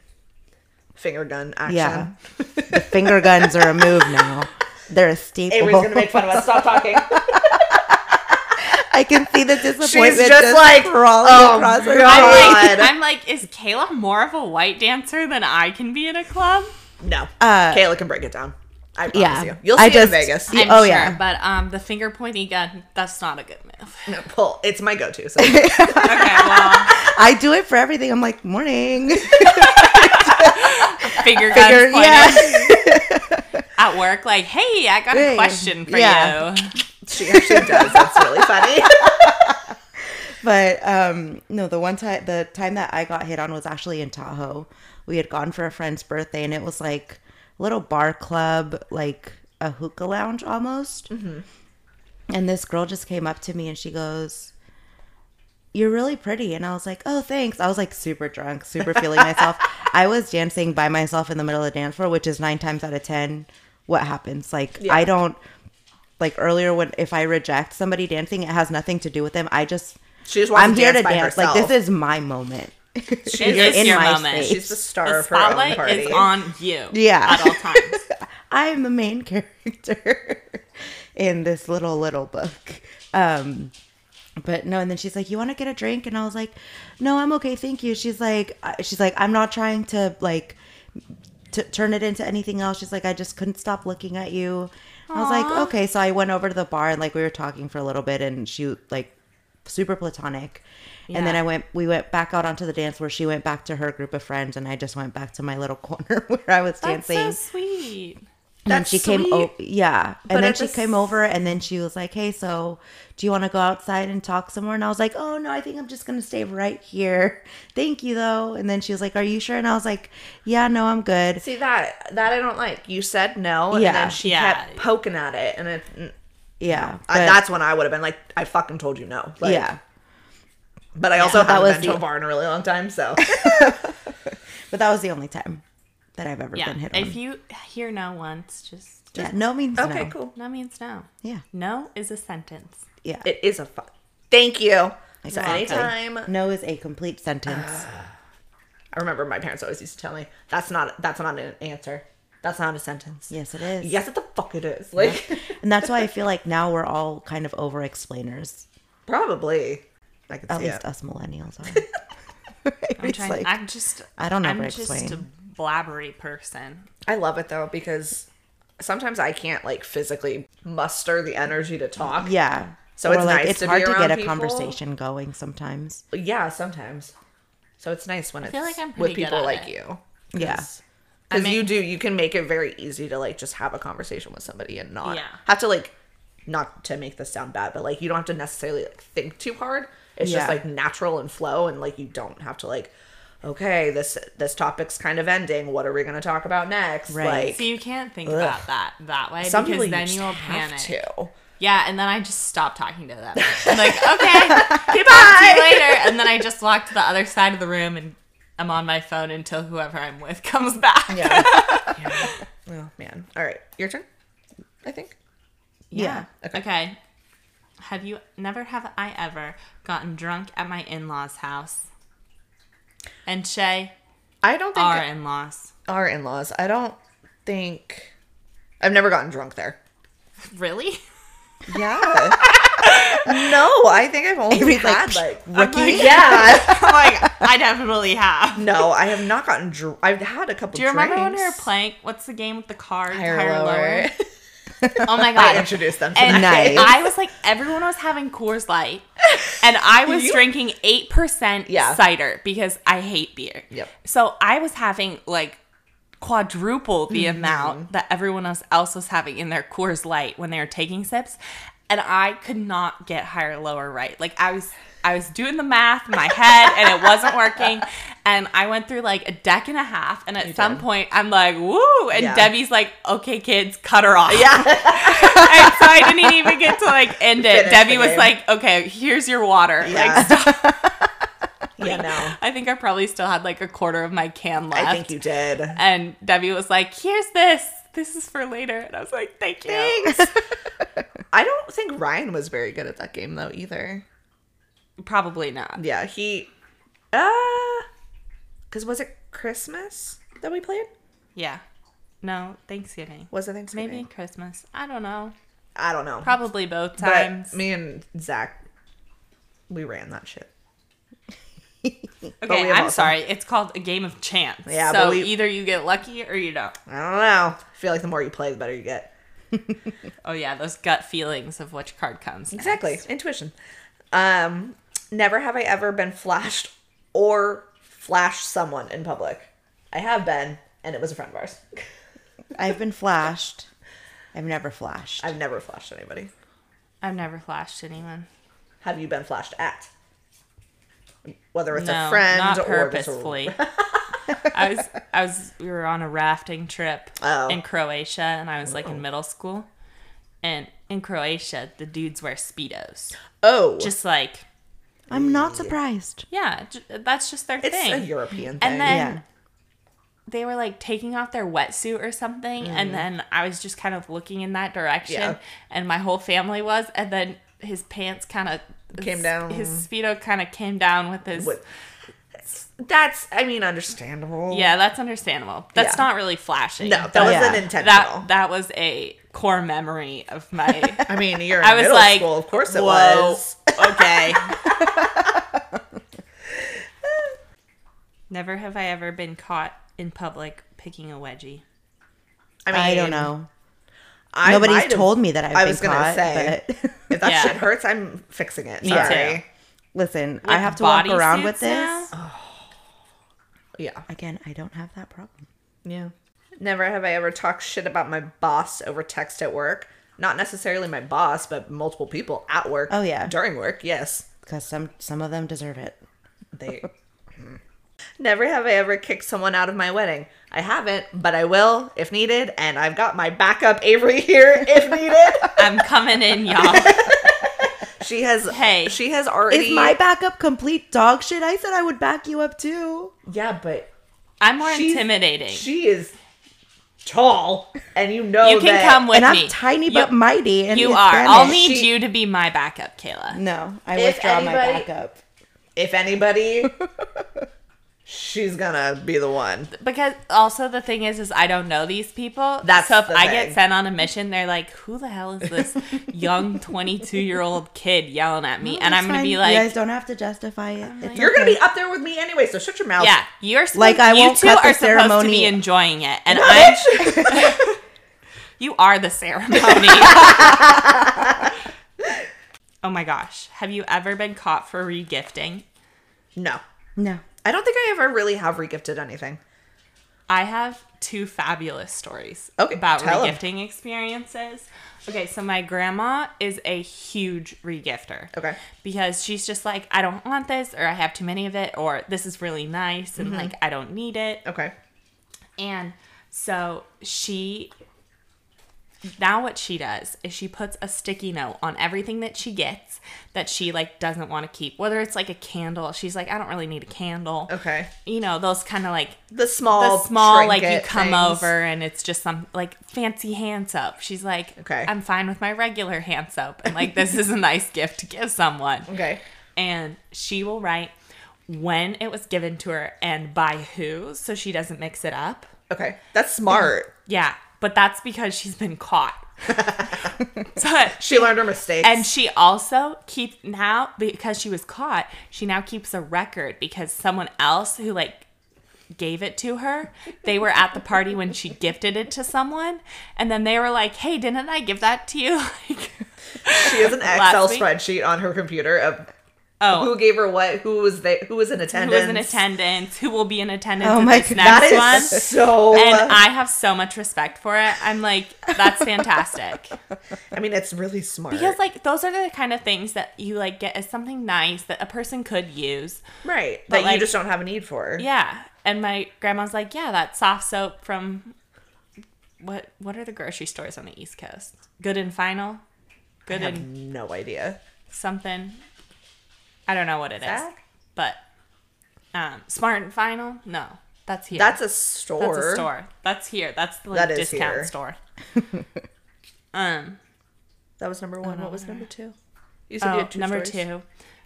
finger gun action. yeah. the finger guns are a move now. They're a staple. Avery's gonna make fun of us. Stop talking. I can see the disappointment. just like, crawling "Oh, across her God." face. I'm God. like, I'm like, is Kayla more of a white dancer than I can be in a club? No. Uh, Kayla can break it down. I promise yeah. you. You'll see I it in just- Vegas. I'm oh, sure, yeah. but um, the finger pointy gun, that's not a good move. No, pull. It's my go-to. So Okay, well, I do it for everything. I'm like, morning. finger guns Finger, pointed yeah. at work, like, hey, I got Hey, a question for yeah. you. she actually does. That's really funny. but um no the one time the time that i got hit on was actually in tahoe we had gone for a friend's birthday and it was like a little bar club like a hookah lounge almost and this girl just came up to me and she goes you're really pretty and i was like oh thanks i was like super drunk super feeling myself i was dancing by myself in the middle of the dance floor which is nine times out of ten what happens like i don't like earlier when if i reject somebody dancing it has nothing to do with them i just She just wants I'm to here to dance by dance. herself. Like this is my moment. It You're is in your my moment. space. She's the star The of her own spotlight party. is on you Yeah. at all times. I am the main character in this little little book. Um but no, and then she's like, "You want to get a drink?" And I was like, "No, I'm okay, thank you." She's like, I- "She's like, I'm not trying to like to turn it into anything else." She's like, "I just couldn't stop looking at you." I was like, "Okay." So I went over to the bar and like we were talking for a little bit, and she like super platonic. And then Yeah. I went, we went back out onto the dance where she went back to her group of friends, and I just went back to my little corner where I was That's so dancing. sweet. And then That's she came sweet. over, yeah. But And then at she the came s- over, and then she was like, "Hey, so do you want to go outside and talk somewhere?" And I was like, "Oh no, I think I'm just gonna stay right here. Thank you, though." And then she was like, "Are you sure?" And I was like, "Yeah, no, I'm good." See that that I don't like. You said no, Yeah. and then she Yeah. kept poking at it, and it, Yeah, I, but- Uh, that's when I would have been like, "I fucking told you no." Like, yeah. But I also Yeah, that haven't was been to the- a bar in a really long time, so But that was the only time that I've ever Yeah. been hit on. If you hear no once, just, yeah, no means okay, no. cool. no means no. Yeah, No is a sentence. yeah. It is a fun. Thank you. So Exactly. anytime, No is a complete sentence. I remember my parents always used to tell me that's not that's not an answer. That's not a sentence. Yes, it is. Yes, it the fuck it is. Like and that's why I feel like now we're all kind of over explainers. probably. I could At see least it. us millennials are. I'm It's trying. like- I'm just. I don't I'm ever just a explain. blabbery person. I love it though because sometimes I can't like physically muster the energy to talk. Yeah. So it's nice to be around get a people. conversation going sometimes. Yeah, sometimes. So it's nice when it's feel like I'm with pretty good people at like it. you. Yeah. I Because mean- you do, you can make it very easy to like just have a conversation with somebody and not Yeah. have to like, not to make this sound bad, but like you don't have to necessarily like think too hard. It's Yeah. just like natural and flow, and like you don't have to like, okay, this this topic's kind of ending. What are we gonna talk about next? Right. Like So you can't think about that that way some people because then you just you will have panic. to. Yeah, and then I just stopped talking to them. I'm like, okay, goodbye, see you later. And then I just walk to the other side of the room and I'm on my phone until whoever I'm with comes back. Yeah. yeah. Oh man. All right, your turn. I think. Yeah. Okay. Have you never have I ever gotten drunk at my in laws' house? And Shay, I don't think our in laws. our in laws. I don't think I've never gotten drunk there. Really? Yeah. no, I think I've only Amy's like, had like, I'm like, yeah. I'm like, I definitely have. no, I have not gotten drunk. I've had a couple. Do you remember when drinks. we were playing? What's the game with the cards? Higher, Higher, lower. lower. Oh my I god! introduced them to And Nice. I was like, everyone was having Coors Light, and I was You- drinking eight percent Yeah. cider because I hate beer. Yep. So I was having like quadruple the Mm-hmm. amount that everyone else, else was having in their Coors Light when they were taking sips, and I could not get higher, lower, right. Like I was, I was doing the math in my head, and it wasn't working. And I went through like a deck and a half, and at some point, I'm like, "Woo!" And Yeah. Debbie's like, "Okay, kids, cut her off." Yeah. and so I didn't even get to like end it. Finish Debbie the was game. like, "Okay, here's your water." Yeah. Like, stop. Yeah, no. I think I probably still had like a quarter of my can left. I think you did. And Debbie was like, "Here's this. This is for later." And I was like, "Thank you." I don't think Ryan was very good at that game though either. Probably not. Yeah, he uh cuz was it Christmas that we played? Yeah. No, Thanksgiving. Was it Thanksgiving? Maybe Christmas. I don't know. I don't know. Probably both But times. me and Zach we ran that shit. but we okay, have I'm also- sorry. It's called a game of chance. Yeah, So but we- either you get lucky or you don't. I don't know. I feel like the more you play the better you get. Oh yeah, those gut feelings of which card comes. next. Exactly. Intuition. Um never have I ever been flashed or flashed someone in public. I have been and it was a friend of ours. I've been flashed. I've never flashed. I've never flashed anybody. I've never flashed anyone. have you been flashed at? Whether it's no, a friend not or just a- purposefully. I was I was we were on a rafting trip Oh. in Croatia and I was like in middle school. And in Croatia, the dudes wear speedos. oh, just Just like I'm not surprised. yeah, j- that's just their it's thing. a European thing. and then Yeah. they were like taking off their wetsuit or something and then i was just kind of looking in that direction Mm. Yeah. and my whole family was and then his pants kind of Came down. his speedo kind of came down with his With- that's I mean understandable. yeah that's understandable that's Yeah. not really flashing no, that but Yeah. wasn't That- intentional. that that was a core memory of my I mean, you're in I was middle like, school, of course it "Whoa, was. okay never have i ever been caught in public picking a wedgie I mean, I don't know. I might Nobody's have- told me that I've I been was gonna caught, say but- if that Yeah. shit hurts, I'm fixing it. Me Sorry. too. Listen, I With have to walk around bodysuits with now? this. Oh, Yeah, Again, I don't have that problem. yeah. Never have I ever talked shit about my boss over text at work. Not necessarily my boss, but multiple people at work. Oh, yeah. during work, yes. Because some some of them deserve it. They hmm. never have I ever kicked someone out of my wedding. I haven't, but I will if needed, and I've got my backup Avery here if needed. I'm coming in, y'all. she has Hey. she has Is already my backup complete dog shit? I said I would back you up too. Yeah, but I'm more She's- intimidating. she is tall and you know you can that come with and me. I'm tiny but you, mighty. And you it's are. I'll Spanish. need She- you to be my backup, Kayla. No, I If withdraw my anybody- backup. if anybody she's gonna be the one. Because also the thing is, is I don't know these people. That's so if the I thing. get sent on a mission, they're like, "Who the hell is this young 22 year old kid yelling at me?" and It's I'm gonna fine. be you guys like, don't have to justify it. It's You're gonna okay. be up there with me anyway, so shut your mouth. "Yeah, you're supposed, Like, I you won't two cut the are supposed to ceremony. be enjoying it, and I'm you are the ceremony." oh my gosh, have you ever been caught for regifting? No. no. I don't think I ever really have regifted anything. I have two fabulous stories Okay, about tell 'em. regifting experiences. Okay, so my grandma is a huge regifter. Okay. Because she's just like, I don't want this, or I have too many of it, or this is really nice, and like, I don't need it. Mm-hmm. Okay. And so she now what she does is she puts a sticky note on everything that she gets that she like doesn't want to keep. Whether it's like a candle, she's like, I don't really need a candle. Okay. You know, those kind of like The small the small like you trinket come things. over and it's just some like fancy hand soap. She's like, Okay. I'm fine with my regular hand soap, and like this is a nice gift to give someone. Okay. And she will write when it was given to her and by who, so she doesn't mix it up. Okay. That's smart. Yeah, but that's because she's been caught. so She learned her mistakes. and she also keeps now because she was caught. She now keeps a record because someone else who like gave it to her, they were at the party when she gifted it to someone, and then they were like, "Hey, didn't I give that to you?" Like, she has an Last Excel week- spreadsheet on her computer of Oh. who gave her what? Who was they? Who was in Who attendance? was in attendance? Who will be in attendance? Oh at my this God, next that one? is So and I have so much respect for it. I'm like, that's fantastic. I mean, it's really smart because like those are the kind of things that you like get as something nice that a person could use. right but, that you like- just don't have a need for. Yeah. And my grandma's like, yeah, that soft soap from what what are the grocery stores on the East Coast? Good and Final? I Good have and no idea. something. I don't know what it is. Zag? But um Smart and Final? No. That's here. That's a store. That's a store. That's here. That's the like, That is discount here. store. um That was number one. What was number two? You said you Oh, had two number stores. two.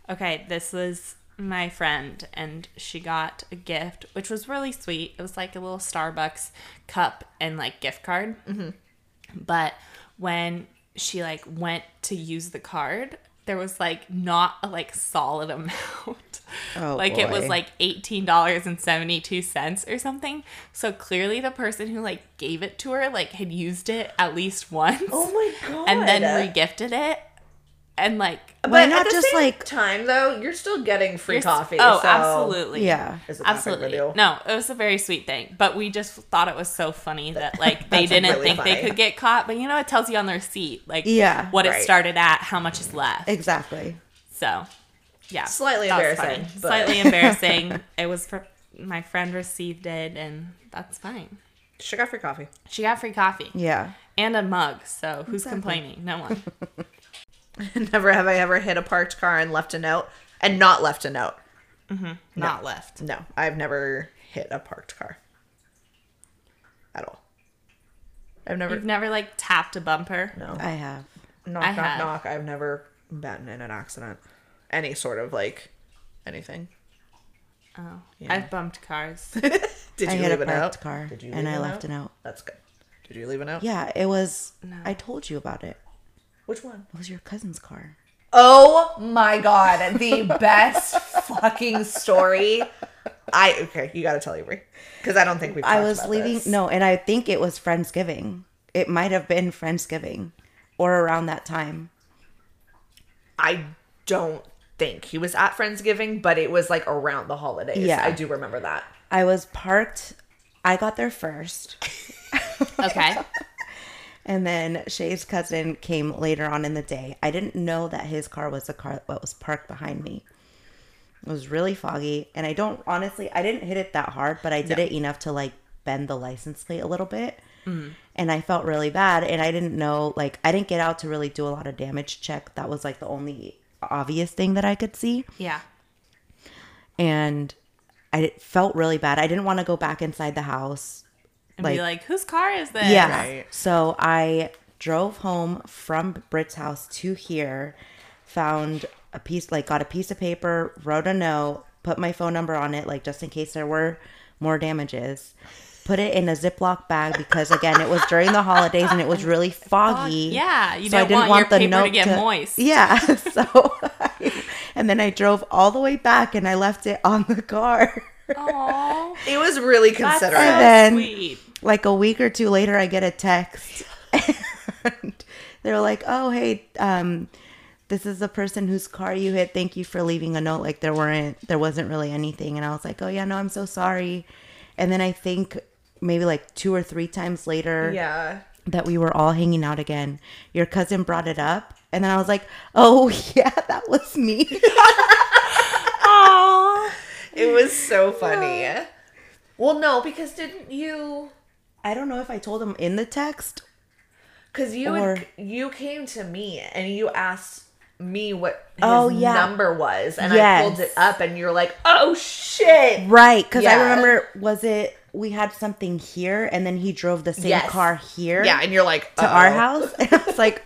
Okay, this was my friend, and she got a gift, which was really sweet. It was like a little Starbucks cup and like gift card. Mm-hmm. But when she like went to use the card, there was like not a like solid amount. Oh, like it was boy. like eighteen dollars and seventy two cents or something. So clearly the person who like gave it to her like had used it at least once Oh my god! and then regifted it and like Why not just, like- time though? You're still getting free You're s- coffee. Oh, so- absolutely. Yeah. It's a perfect Absolutely. video. No, it was a very sweet thing, but we just thought it was so funny that like they That's didn't really think they funny. could get caught, but you know it tells you on the receipt like Yeah, what right. it started at, how much is left. Exactly. so, yeah. Slightly that was embarrassing, funny. but- Slightly embarrassing. It was for my friend received it and that's fine. She got free coffee. She got free coffee Yeah. and a mug, so who's complaining? No one. Never have I ever hit a parked car and left a note, and not left a note. Mm-hmm. Not left. No, I've never hit a parked car at all. I've never You've never like tapped a bumper. no I have. knock I knock have. knock. I've never been in an accident, any sort of like anything. Oh. Yeah. I've bumped cars. Did I you hit leave a a note? parked car Did you and leave I a left a note. That's good. Did you leave a note? Yeah, it was. No. I told you about it. Which one? It was your cousin's car. Oh my god, the best fucking story. I okay, you gotta tell Avery because I don't think we. I was leaving. No, and I think it was Friendsgiving. It might have been Friendsgiving or around that time. I don't think he was at Friendsgiving, but it was like around the holidays. Yeah. I do remember that. I was parked. I got there first. Okay. And then Shay's cousin came later on in the day. I didn't know that his car was the car that was parked behind me. It was really foggy, and I don't honestly, I didn't hit it that hard, but I did it enough to like bend the license plate a little bit. And I felt really bad, and I didn't know, like, I didn't get out to really do a lot of damage check. That was like the only obvious thing that I could see Yeah. and I d- felt really bad. I didn't want to go back inside the house. and like, be like, whose car is this? yeah. Right. So I drove home from Brit's house to here, found a piece, like got a piece of paper, wrote a note, put my phone number on it, like just in case there were more damages. Put it in a Ziploc bag because again, it was during the holidays and it was really foggy. Yeah, you don't want your paper to get moist. Yeah, so and then I drove all the way back and I left it on the car. Aw, It was really that's so considerate. then- sweet. like a week or two later i get a text and they're like oh hey um this is the person whose car you hit thank you for leaving a note like there weren't there wasn't really anything and i was like oh yeah no i'm so sorry and then i think maybe like two or three times later Yeah. that we were all hanging out again your cousin brought it up and then i was like oh yeah that was me Aw. It was so funny. Well, no, because didn't you? i don't know if i told him in the text Because you Or- had, you came to me and you asked me what his Oh, yeah. number was, and I pulled Yes. it up, and you're like, "Oh shit!" Right, because I Yeah. remember was it we had something here and then he drove the same Yes. car here Yeah, and you're like, to our "Uh-oh." house. And I was like,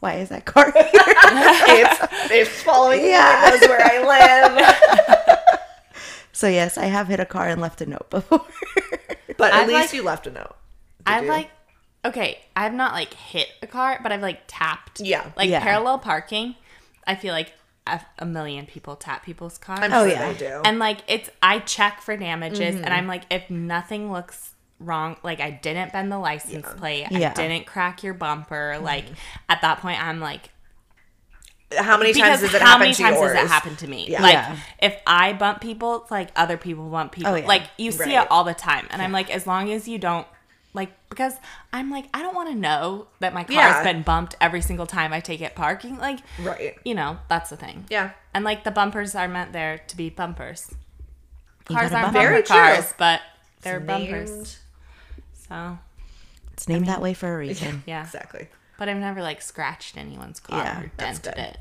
why is that car here? it's it's following Yeah. yeah. me. It knows where I so yes, I have hit a car and left a note before. live. But at I least like- you left a note. I you? like. Okay, I've not like hit a car, but I've like tapped. Yeah. Like Yeah. parallel parking. I feel like a, a million people tap people's cars. I'm Oh, sure Mm-hmm. yeah. they do. and like it's I check for damages and I'm like if nothing looks wrong like I didn't bend the license plate, Yeah. Mm-hmm. I didn't crack your bumper, like at that point I'm like How many because times does it how happen many to times yours? has it happened to me? Yeah. Like Yeah. if I bump people, it's like other people bump people. Oh, yeah. Like you see Right. it all the time, and I'm like, as long as you don't like, because I'm like, I don't want to know that my car's Yeah. been bumped every single time I take it parking. Like, Right. You know, that's the thing. Yeah. And like the bumpers are meant there to be bumpers. You Cars gotta aren't bump 'em. bumper Very true. cars, but they're Named- bumpers. So It's named that way for a reason. yeah, Exactly. but I've never like scratched anyone's car Yeah, or that's dented good. it.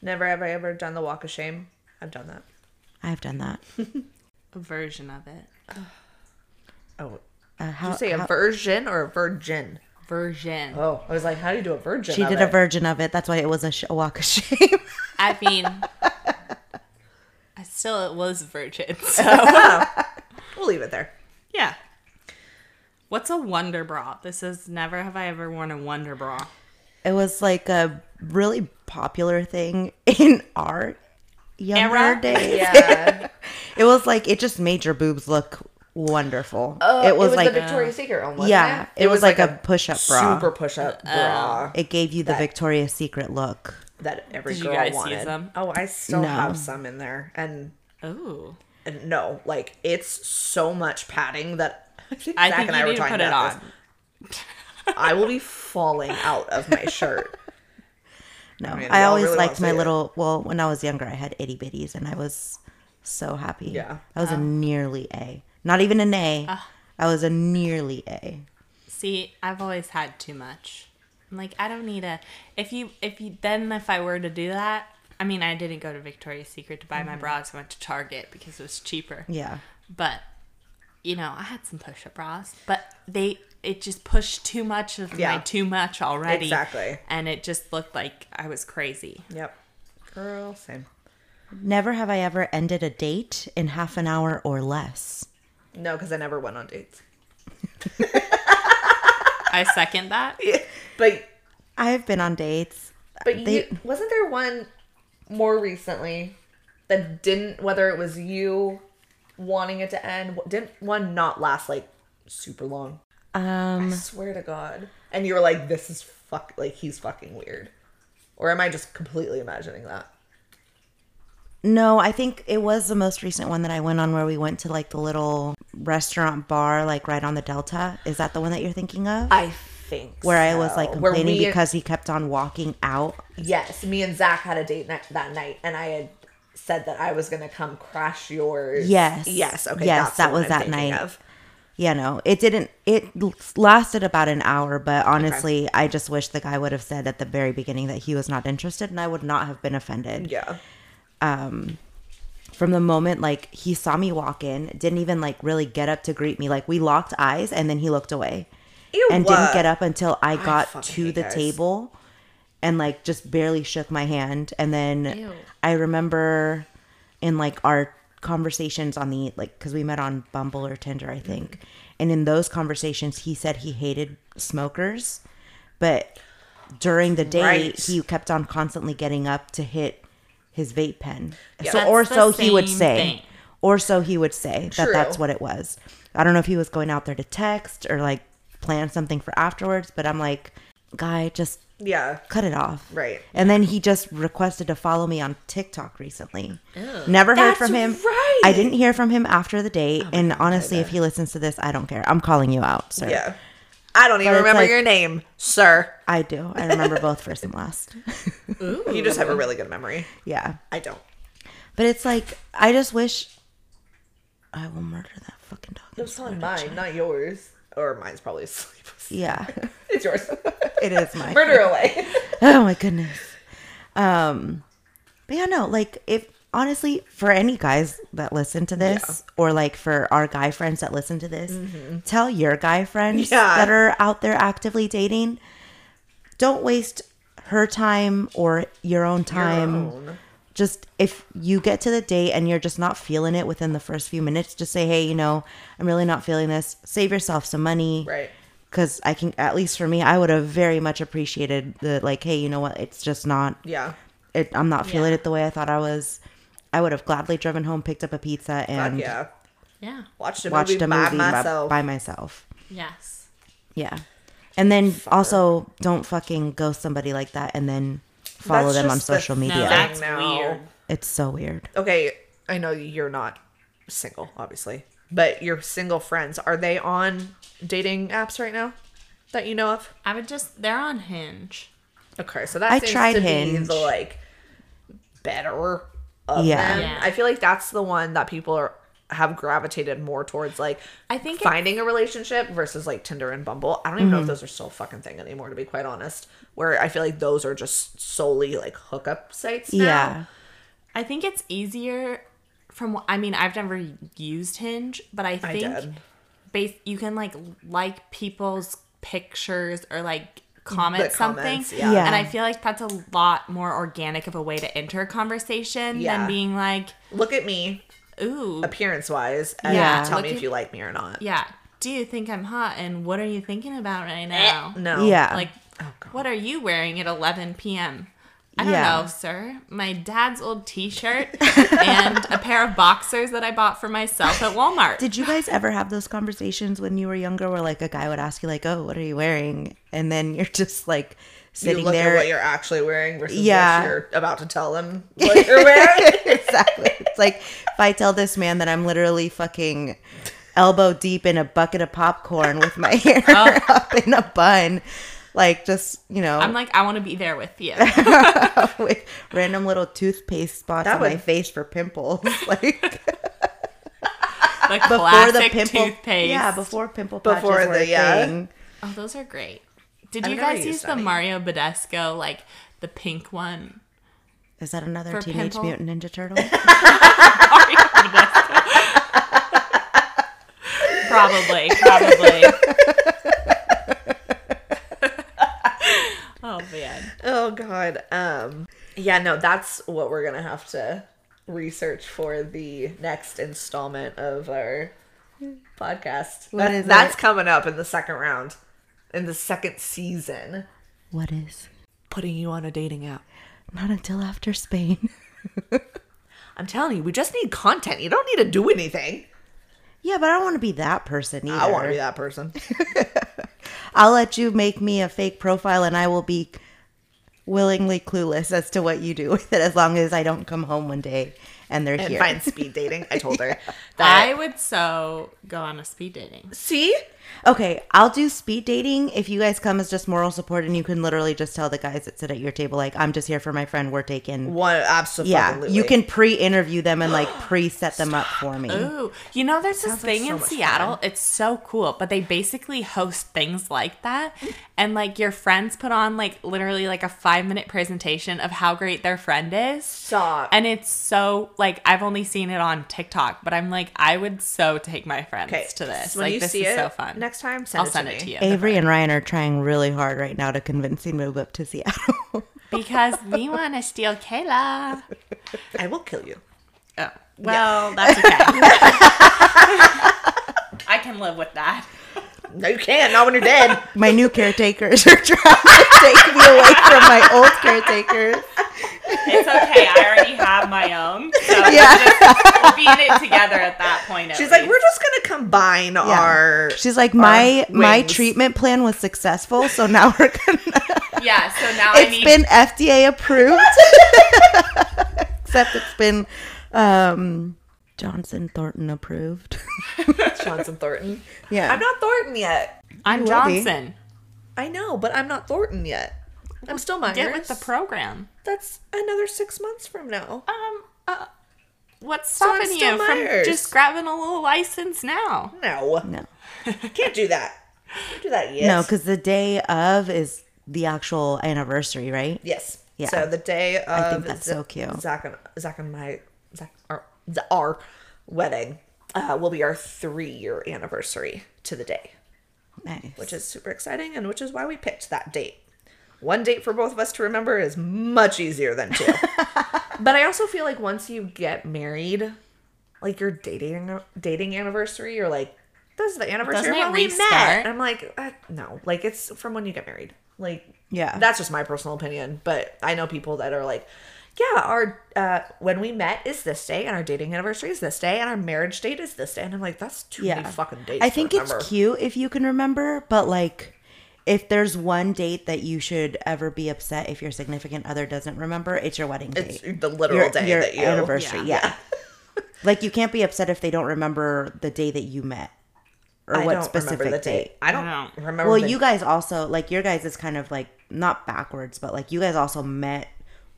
Never have I ever done the walk of shame. I've done that. I've done that. A version of it. Oh, Uh, did how, you say how- a virgin or a virgin? Version. Oh, I was like, how do you do a virgin? she of did it? a version of it. That's why it was a, sh- a walk of shame. I mean, I still it was virgin. So We'll leave it there. yeah. What's a wonder bra? This is never have I ever worn a wonder bra. it was like a really popular thing in our younger Era? days. Yeah. It was like it just made your boobs look wonderful. it was like Oh, the Victoria's Secret one. wasn't yeah, it, was, like, a push-up bra. super push up bra It gave you the Victoria's Secret look. that every Did you girl guys use wanted. them? Oh, I still No. have some in there, and, Oh, and no, like it's so much padding that I think I Zach think and you I were need to talking put it about on. this. I will be falling out of my shirt. No, I, mean, y'all always really wanna liked my see it. little. Well, when I was younger, I had itty bitties, and I was so happy. Yeah. Um, uh, I was a nearly A, not even an A. I was a nearly A. See, I've always had too much. I'm like, I don't need a. If you, if you, then if I were to do that, I mean, I didn't go to Victoria's Secret to buy my bras. I went to Target because it was cheaper. Yeah, But, you know, I had some push-up bras, but they, it just pushed too much of Yeah. my too much already. Exactly. And it just looked like I was crazy. Yep, girl, same. never have I ever ended a date in half an hour or less. No, because I never went on dates. I second that. But I've been on dates. But They- you, wasn't there one more recently that didn't? Whether it was you wanting it to end, wh- didn't one not last like super long? Um, I swear to God. And you were like, "This is fuck. Like he's fucking weird," or am I just completely imagining that? No, I think it was the most recent one that I went on where we went to like the little restaurant bar, like right on the Delta. Is that the one that you're thinking of? I think where I was like so. Where complaining we- because he kept on walking out. yes, me and Zach had a date night that night, and I had said that I was gonna come crash yours. Yes. yes, okay, Yes, that's the that one was I'm that thinking night. of. You know, it didn't, it l- lasted about an hour, but honestly, I just wish the guy would have said at the very beginning that he was not interested and I would not have been offended. Yeah, From the moment like he saw me walk in, didn't even like really get up to greet me. Like we locked eyes and then he looked away. Ew, and what? didn't get up until I got fucking to hate the guys. table and like just barely shook my hand. And then I remember in like our conversations on the like because we met on Bumble or Tinder, I think. And in those conversations, he said he hated smokers, but during the day, Right. he kept on constantly getting up to hit his vape pen. So, That's or the so he would same say thing. or so he would say True. that that's what it was. I don't know if he was going out there to text or like plan something for afterwards, but I'm like, guy, just yeah. cut it off. Right. And then he just requested to follow me on TikTok recently. Never heard That's from him. right. Oh I didn't hear from him after the date. and honestly, if he listens to this, I don't care. I'm calling you out, sir. Yeah. I don't even it's remember like- your name, sir. I do. I remember both first and last. You just have a really good memory. yeah. I don't. But it's like, I just wish I will murder that fucking It dog. was probably mine, not yours. Or mine's probably asleep. Yeah. It's yours. It is mine. Murder away. oh my goodness. Um, but yeah, no, like if honestly, for any guys that listen to this, or like for our guy friends that listen to this, tell your guy friends Mm-hmm. Yeah. that are out there actively dating, don't waste her time or your own time. own. Just if you get to the date and you're just not feeling it within the first few minutes, just say, hey, you know, I'm really not feeling this. Save yourself some money Right. because I can at least for me, I would have very much appreciated the like, hey, you know what? It's just not. Yeah. It, I'm not feeling Yeah. it the way I thought I was. I would have gladly driven home, picked up a pizza, Fuck and yeah. Yeah. Watched a watched movie a by movie by myself. by myself. Yes. Yeah, And then also don't fucking ghost somebody like that and then follow That's them on just the social media. No, that's now. weird. It's so weird. Okay, I know you're not single, obviously, but your single friends are they on dating apps right now that you know of? I would just they're on Hinge. Okay, so that I seems tried to be Hinge. the like better of Yeah. them. Yeah. I feel like that's the one that people are have gravitated more towards like I think it- finding a relationship versus like Tinder and Bumble. I don't even know Mm-hmm. if those are still a fucking thing anymore to be quite honest. Where I feel like those are just solely like hookup sites now. Yeah. I think it's easier from what I mean, I've never used Hinge, but I I think did. base you can like like people's pictures or like comment something. comments, yeah. Yeah. And I feel like that's a lot more organic of a way to enter a conversation Yeah. than being like, Look at me ooh, appearance wise and Yeah. tell Look me at- if you like me or not. yeah. Do you think I'm hot? And what are you thinking about Eh, right now? No. Yeah. Like, Oh, God. what are you wearing at 11 p.m.? I don't Yeah. know, sir. My dad's old T-shirt and a pair of boxers that I bought for myself at Walmart. Did you guys ever have those conversations when you were younger where like a guy would ask you like, "Oh, what are you wearing?" and then you're just like You sitting look there at what you're actually wearing versus Yeah. what you're about to tell them what you're wearing. exactly. It's like if I tell this man that I'm literally fucking elbow deep in a bucket of popcorn with my hair up in a bun, like just you know, Oh. I'm like, I want to be there with you. with random little toothpaste spots That on my would- face for pimples, like Like before classic the pimple, toothpaste. yeah, before pimple patches Before were the- a yeah. thing. Oh, those are great. Did I've you never guys use used the any. Mario Badesco, like the pink one? Is that another For Teenage pimple? Mutant Ninja Turtle? Mario Badescu. probably, probably. oh man. Oh god. Um yeah, no, that's what we're going to have to research for the next installment of our podcast. What That- is that's it? coming up in the second round in the second season. what is? Putting you on a dating app. Not until after Spain. I'm telling you, we just need content. You don't need to do anything. Yeah, but I don't want to be that person either. I want to be that person. I'll let you make me a fake profile and I will be willingly clueless as to what you do with it as long as I don't come home one day and they're and here. find speed dating. I told her that. I would so go on a speed dating. See, Okay, I'll do speed dating if you guys come as just moral support and you can literally just tell the guys that sit at your table, like, I'm just here for my friend, we're taken. one absolutely. Yeah, you can pre interview them and like pre set them up for me. Ooh, you know, there's this thing so in much Seattle. It's so cool, but they basically host things like that, and like your friends put on like literally like a five minute presentation of how great their friend is, stop. and it's so like I've only seen it on TikTok, but I'm like I would so take my friends to this. When like you this see is it so fun. next time, send I'll it send to it to me. you Avery and Ryan are trying really hard right now to convince me to move up to Seattle. because we want to steal Kayla. Oh, I will kill you. Oh, well, that's okay. I can live with that. No, you can't. Not when you're dead. my new caretakers are trying to take me away from my old caretakers. It's okay. I already have my own. So Yeah. we'll be in it together at that point. at She's like, least. we're just gonna combine our. She's like, my our my wings." treatment plan was successful, so now we're gonna. yeah. So now I It's need. been FDA approved, except it's been um, Johnson Thornton approved. Johnson Thornton. Yeah. I'm not Thornton yet. I'm You will be. Johnson. I know, but I'm not Thornton yet. I'm still Myers. Get with the program. That's another six months from now. Um. Uh, what's So I'm stopping still you from Myers. just grabbing a little license now? No, no, can't do that. Can't do that yet. no, because the day of is the actual anniversary, right? Yes. Yeah. So the day of I think that's so cute. Zach and Zach and my Zach our, the- our wedding uh, will be our three year anniversary to the day, Nice. which is super exciting, and which is why we picked that date. One date for both of us to remember is much easier than two. but I also feel like once you get married, like your dating dating anniversary, you're like, this is the Doesn't anniversary of it when we restart? met. And I'm like, uh, no, like it's from when you get married. Like, Yeah. that's just my personal opinion. But I know people that are like, yeah, our uh, when we met is this day, and our dating anniversary is this day, and our marriage date is this day. And I'm like, that's too many fucking dates. I to think remember. it's cute if you can remember, but like if there's one date that you should ever be upset if your significant other doesn't remember, it's your wedding It's date. the literal Your, day your that you anniversary, Yeah. yeah. like you can't be upset if they don't remember the day that you met or I what don't specific remember the date. date. I don't Wow. remember. Well, the- you guys also like your guys is kind of like not backwards, but like you guys also met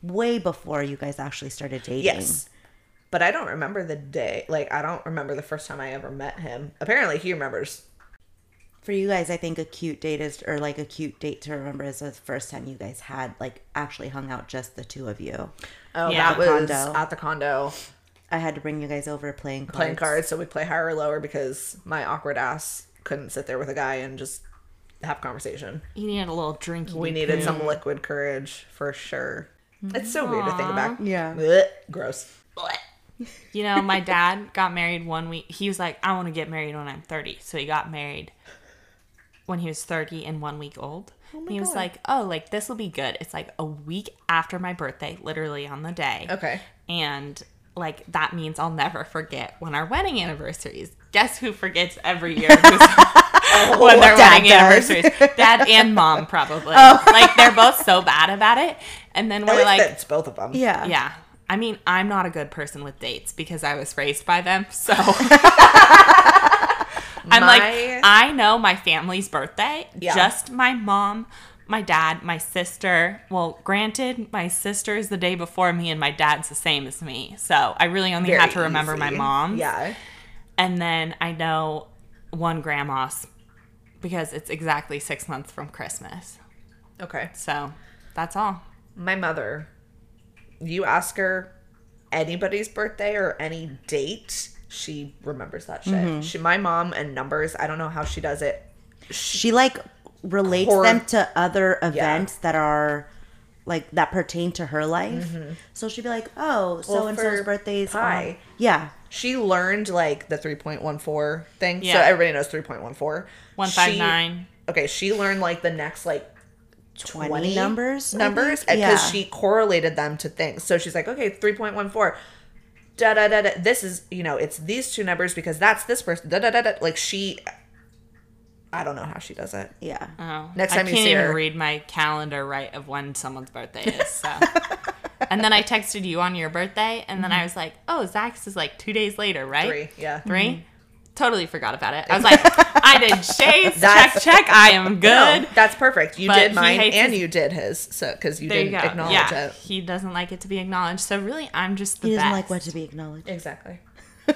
way before you guys actually started dating. yes, but I don't remember the day. Like I don't remember the first time I ever met him. Apparently, he remembers. For you guys, I think a cute date is or like a cute date to remember is the first time you guys had like actually hung out just the two of you. Oh, Yeah. that was Condo. at the condo I had to bring you guys over playing cards. playing cards. So we play higher or lower because my awkward ass couldn't sit there with a guy and just have conversation. You needed a little drinky. We needed some liquid courage for sure. It's so weird to think about. Yeah. Blech, gross. You know, my dad got married one week. He was like, I want to get married when I'm 30. So he got married when he was 30 and one week old. and he was like, oh, like this will be good. It's like a week after my birthday, literally on the day. Okay. And like that means I'll never forget when our wedding anniversaries. Guess who forgets every year who's- when their Oh, Dad wedding does. Oh. anniversaries? Dad and mom probably. Like they're both so bad about it. And then At we're least like, that's both of them. Yeah. yeah. I mean, I'm not a good person with dates because I was raised by them. So I'm like, My- I know my family's birthday, Yeah. just my mom, my dad, my sister. Well, granted, my sister is the day before me and my dad's the same as me. So I really only have to Very remember my easy. mom's. Yeah. And then I know one grandma's because it's exactly six months from Christmas. Okay. So that's all. My mother, you ask her anybody's birthday or any date, she remembers that shit. Mm-hmm. She, my mom and numbers, I don't know how she does it. She like relates Cor- them to other events that are like that pertain to her life. So she'd be like, "Oh, so and so's Mm-hmm. for birthday's on-" pie. Yeah. She learned like the 3.14 thing. So Yeah. everybody knows 3.14. She- 159. okay, she learned like the next like 20 20 numbers, I numbers think? because Yeah. she correlated them to things. So she's like, okay, 3.14. Da, da da da. This is you know it's these two numbers because that's this person. Da da da da. Like she, I don't know how she does it. Yeah. Oh, Next time I you can't see even her. read my calendar right of when someone's birthday is. So. and then I texted you on your birthday, and then I was like, "Oh, Zach's is like two days later, right? Mm-hmm. Three, Mm-hmm. yeah. Three? Totally forgot about it. I was like, I did shades. check, That's- check. I am No, good. that's perfect. You But did he mine hates and his- you did his. So because you There you didn't go. acknowledge yeah, it. he doesn't like it to be acknowledged. So really, I'm just the He best. doesn't like what to be acknowledged. Exactly.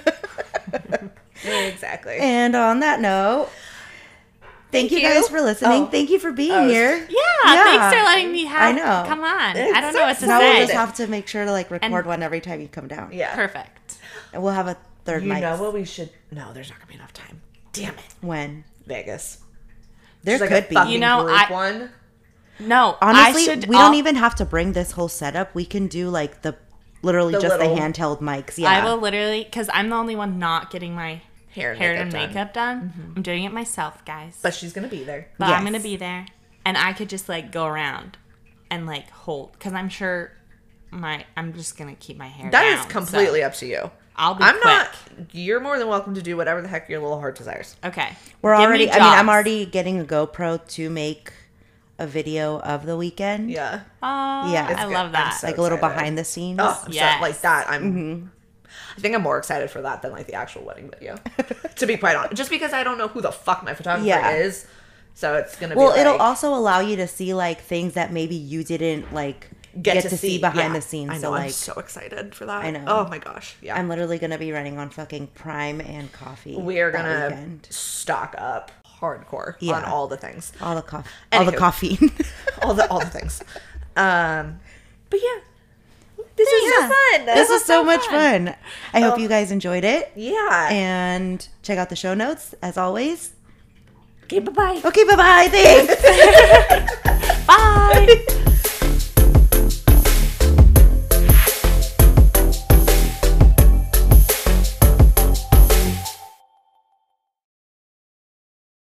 exactly. And on that note, thank, you you. guys for listening. Oh. Thank you for being Oh, here. yeah, thanks for letting me have. I know. Come on, I don't know what to Now we'll just say. have to make sure to like record And- one every time you come down. yeah. Perfect. And we'll have a third You mic. know what we should? No, there's not gonna be enough time. Damn it, When Vegas. there There's like a could be. fucking You know, group I- one. No, Honestly, I should, we don't I'll- even have to bring this whole setup. We can do like the literally The just little- the handheld mics. Yeah. I will literally because I'm the only one not getting my Hair and hair makeup and done. Mm-hmm. makeup done. I'm doing it myself, guys. But, But she's gonna be there. I'm Yes. gonna be there, and I could just like go around and like hold because I'm sure my I'm just gonna keep my hair. That is down, so completely up to you. I'll be I'm quick. not. You're more than welcome to do whatever the heck your little heart desires. okay. We're Give me already. I mean, I'm jobs. already getting a GoPro to make a video of the weekend. Yeah. Aw, Yeah. It's I good. love I'm that. so- Like a little excited. behind the scenes. Oh, I'm Yes. so, like that. I'm. Mm-hmm. I think I'm more excited for that than like the actual wedding video. to be quite honest, just because I don't know who the fuck my photographer Yeah. is, so it's gonna Well, be. it'll like- also allow you to see like things that maybe you didn't like get, to, see, behind the yeah. scenes. I know. so I'm like, so excited for that. I know. Oh my gosh. Yeah. I'm literally gonna be running on fucking Prime and coffee. we are that gonna weekend. stock up hardcore on Yeah. all the things, all the coffee, all the Anywho. coffee. all the all the things. Um, but yeah, this is Oh. Yeah. fun. this was so much fun. I hope you guys enjoyed it. yeah. And check out the show notes as always. okay. Bye bye. Okay, bye bye. Thanks. Bye.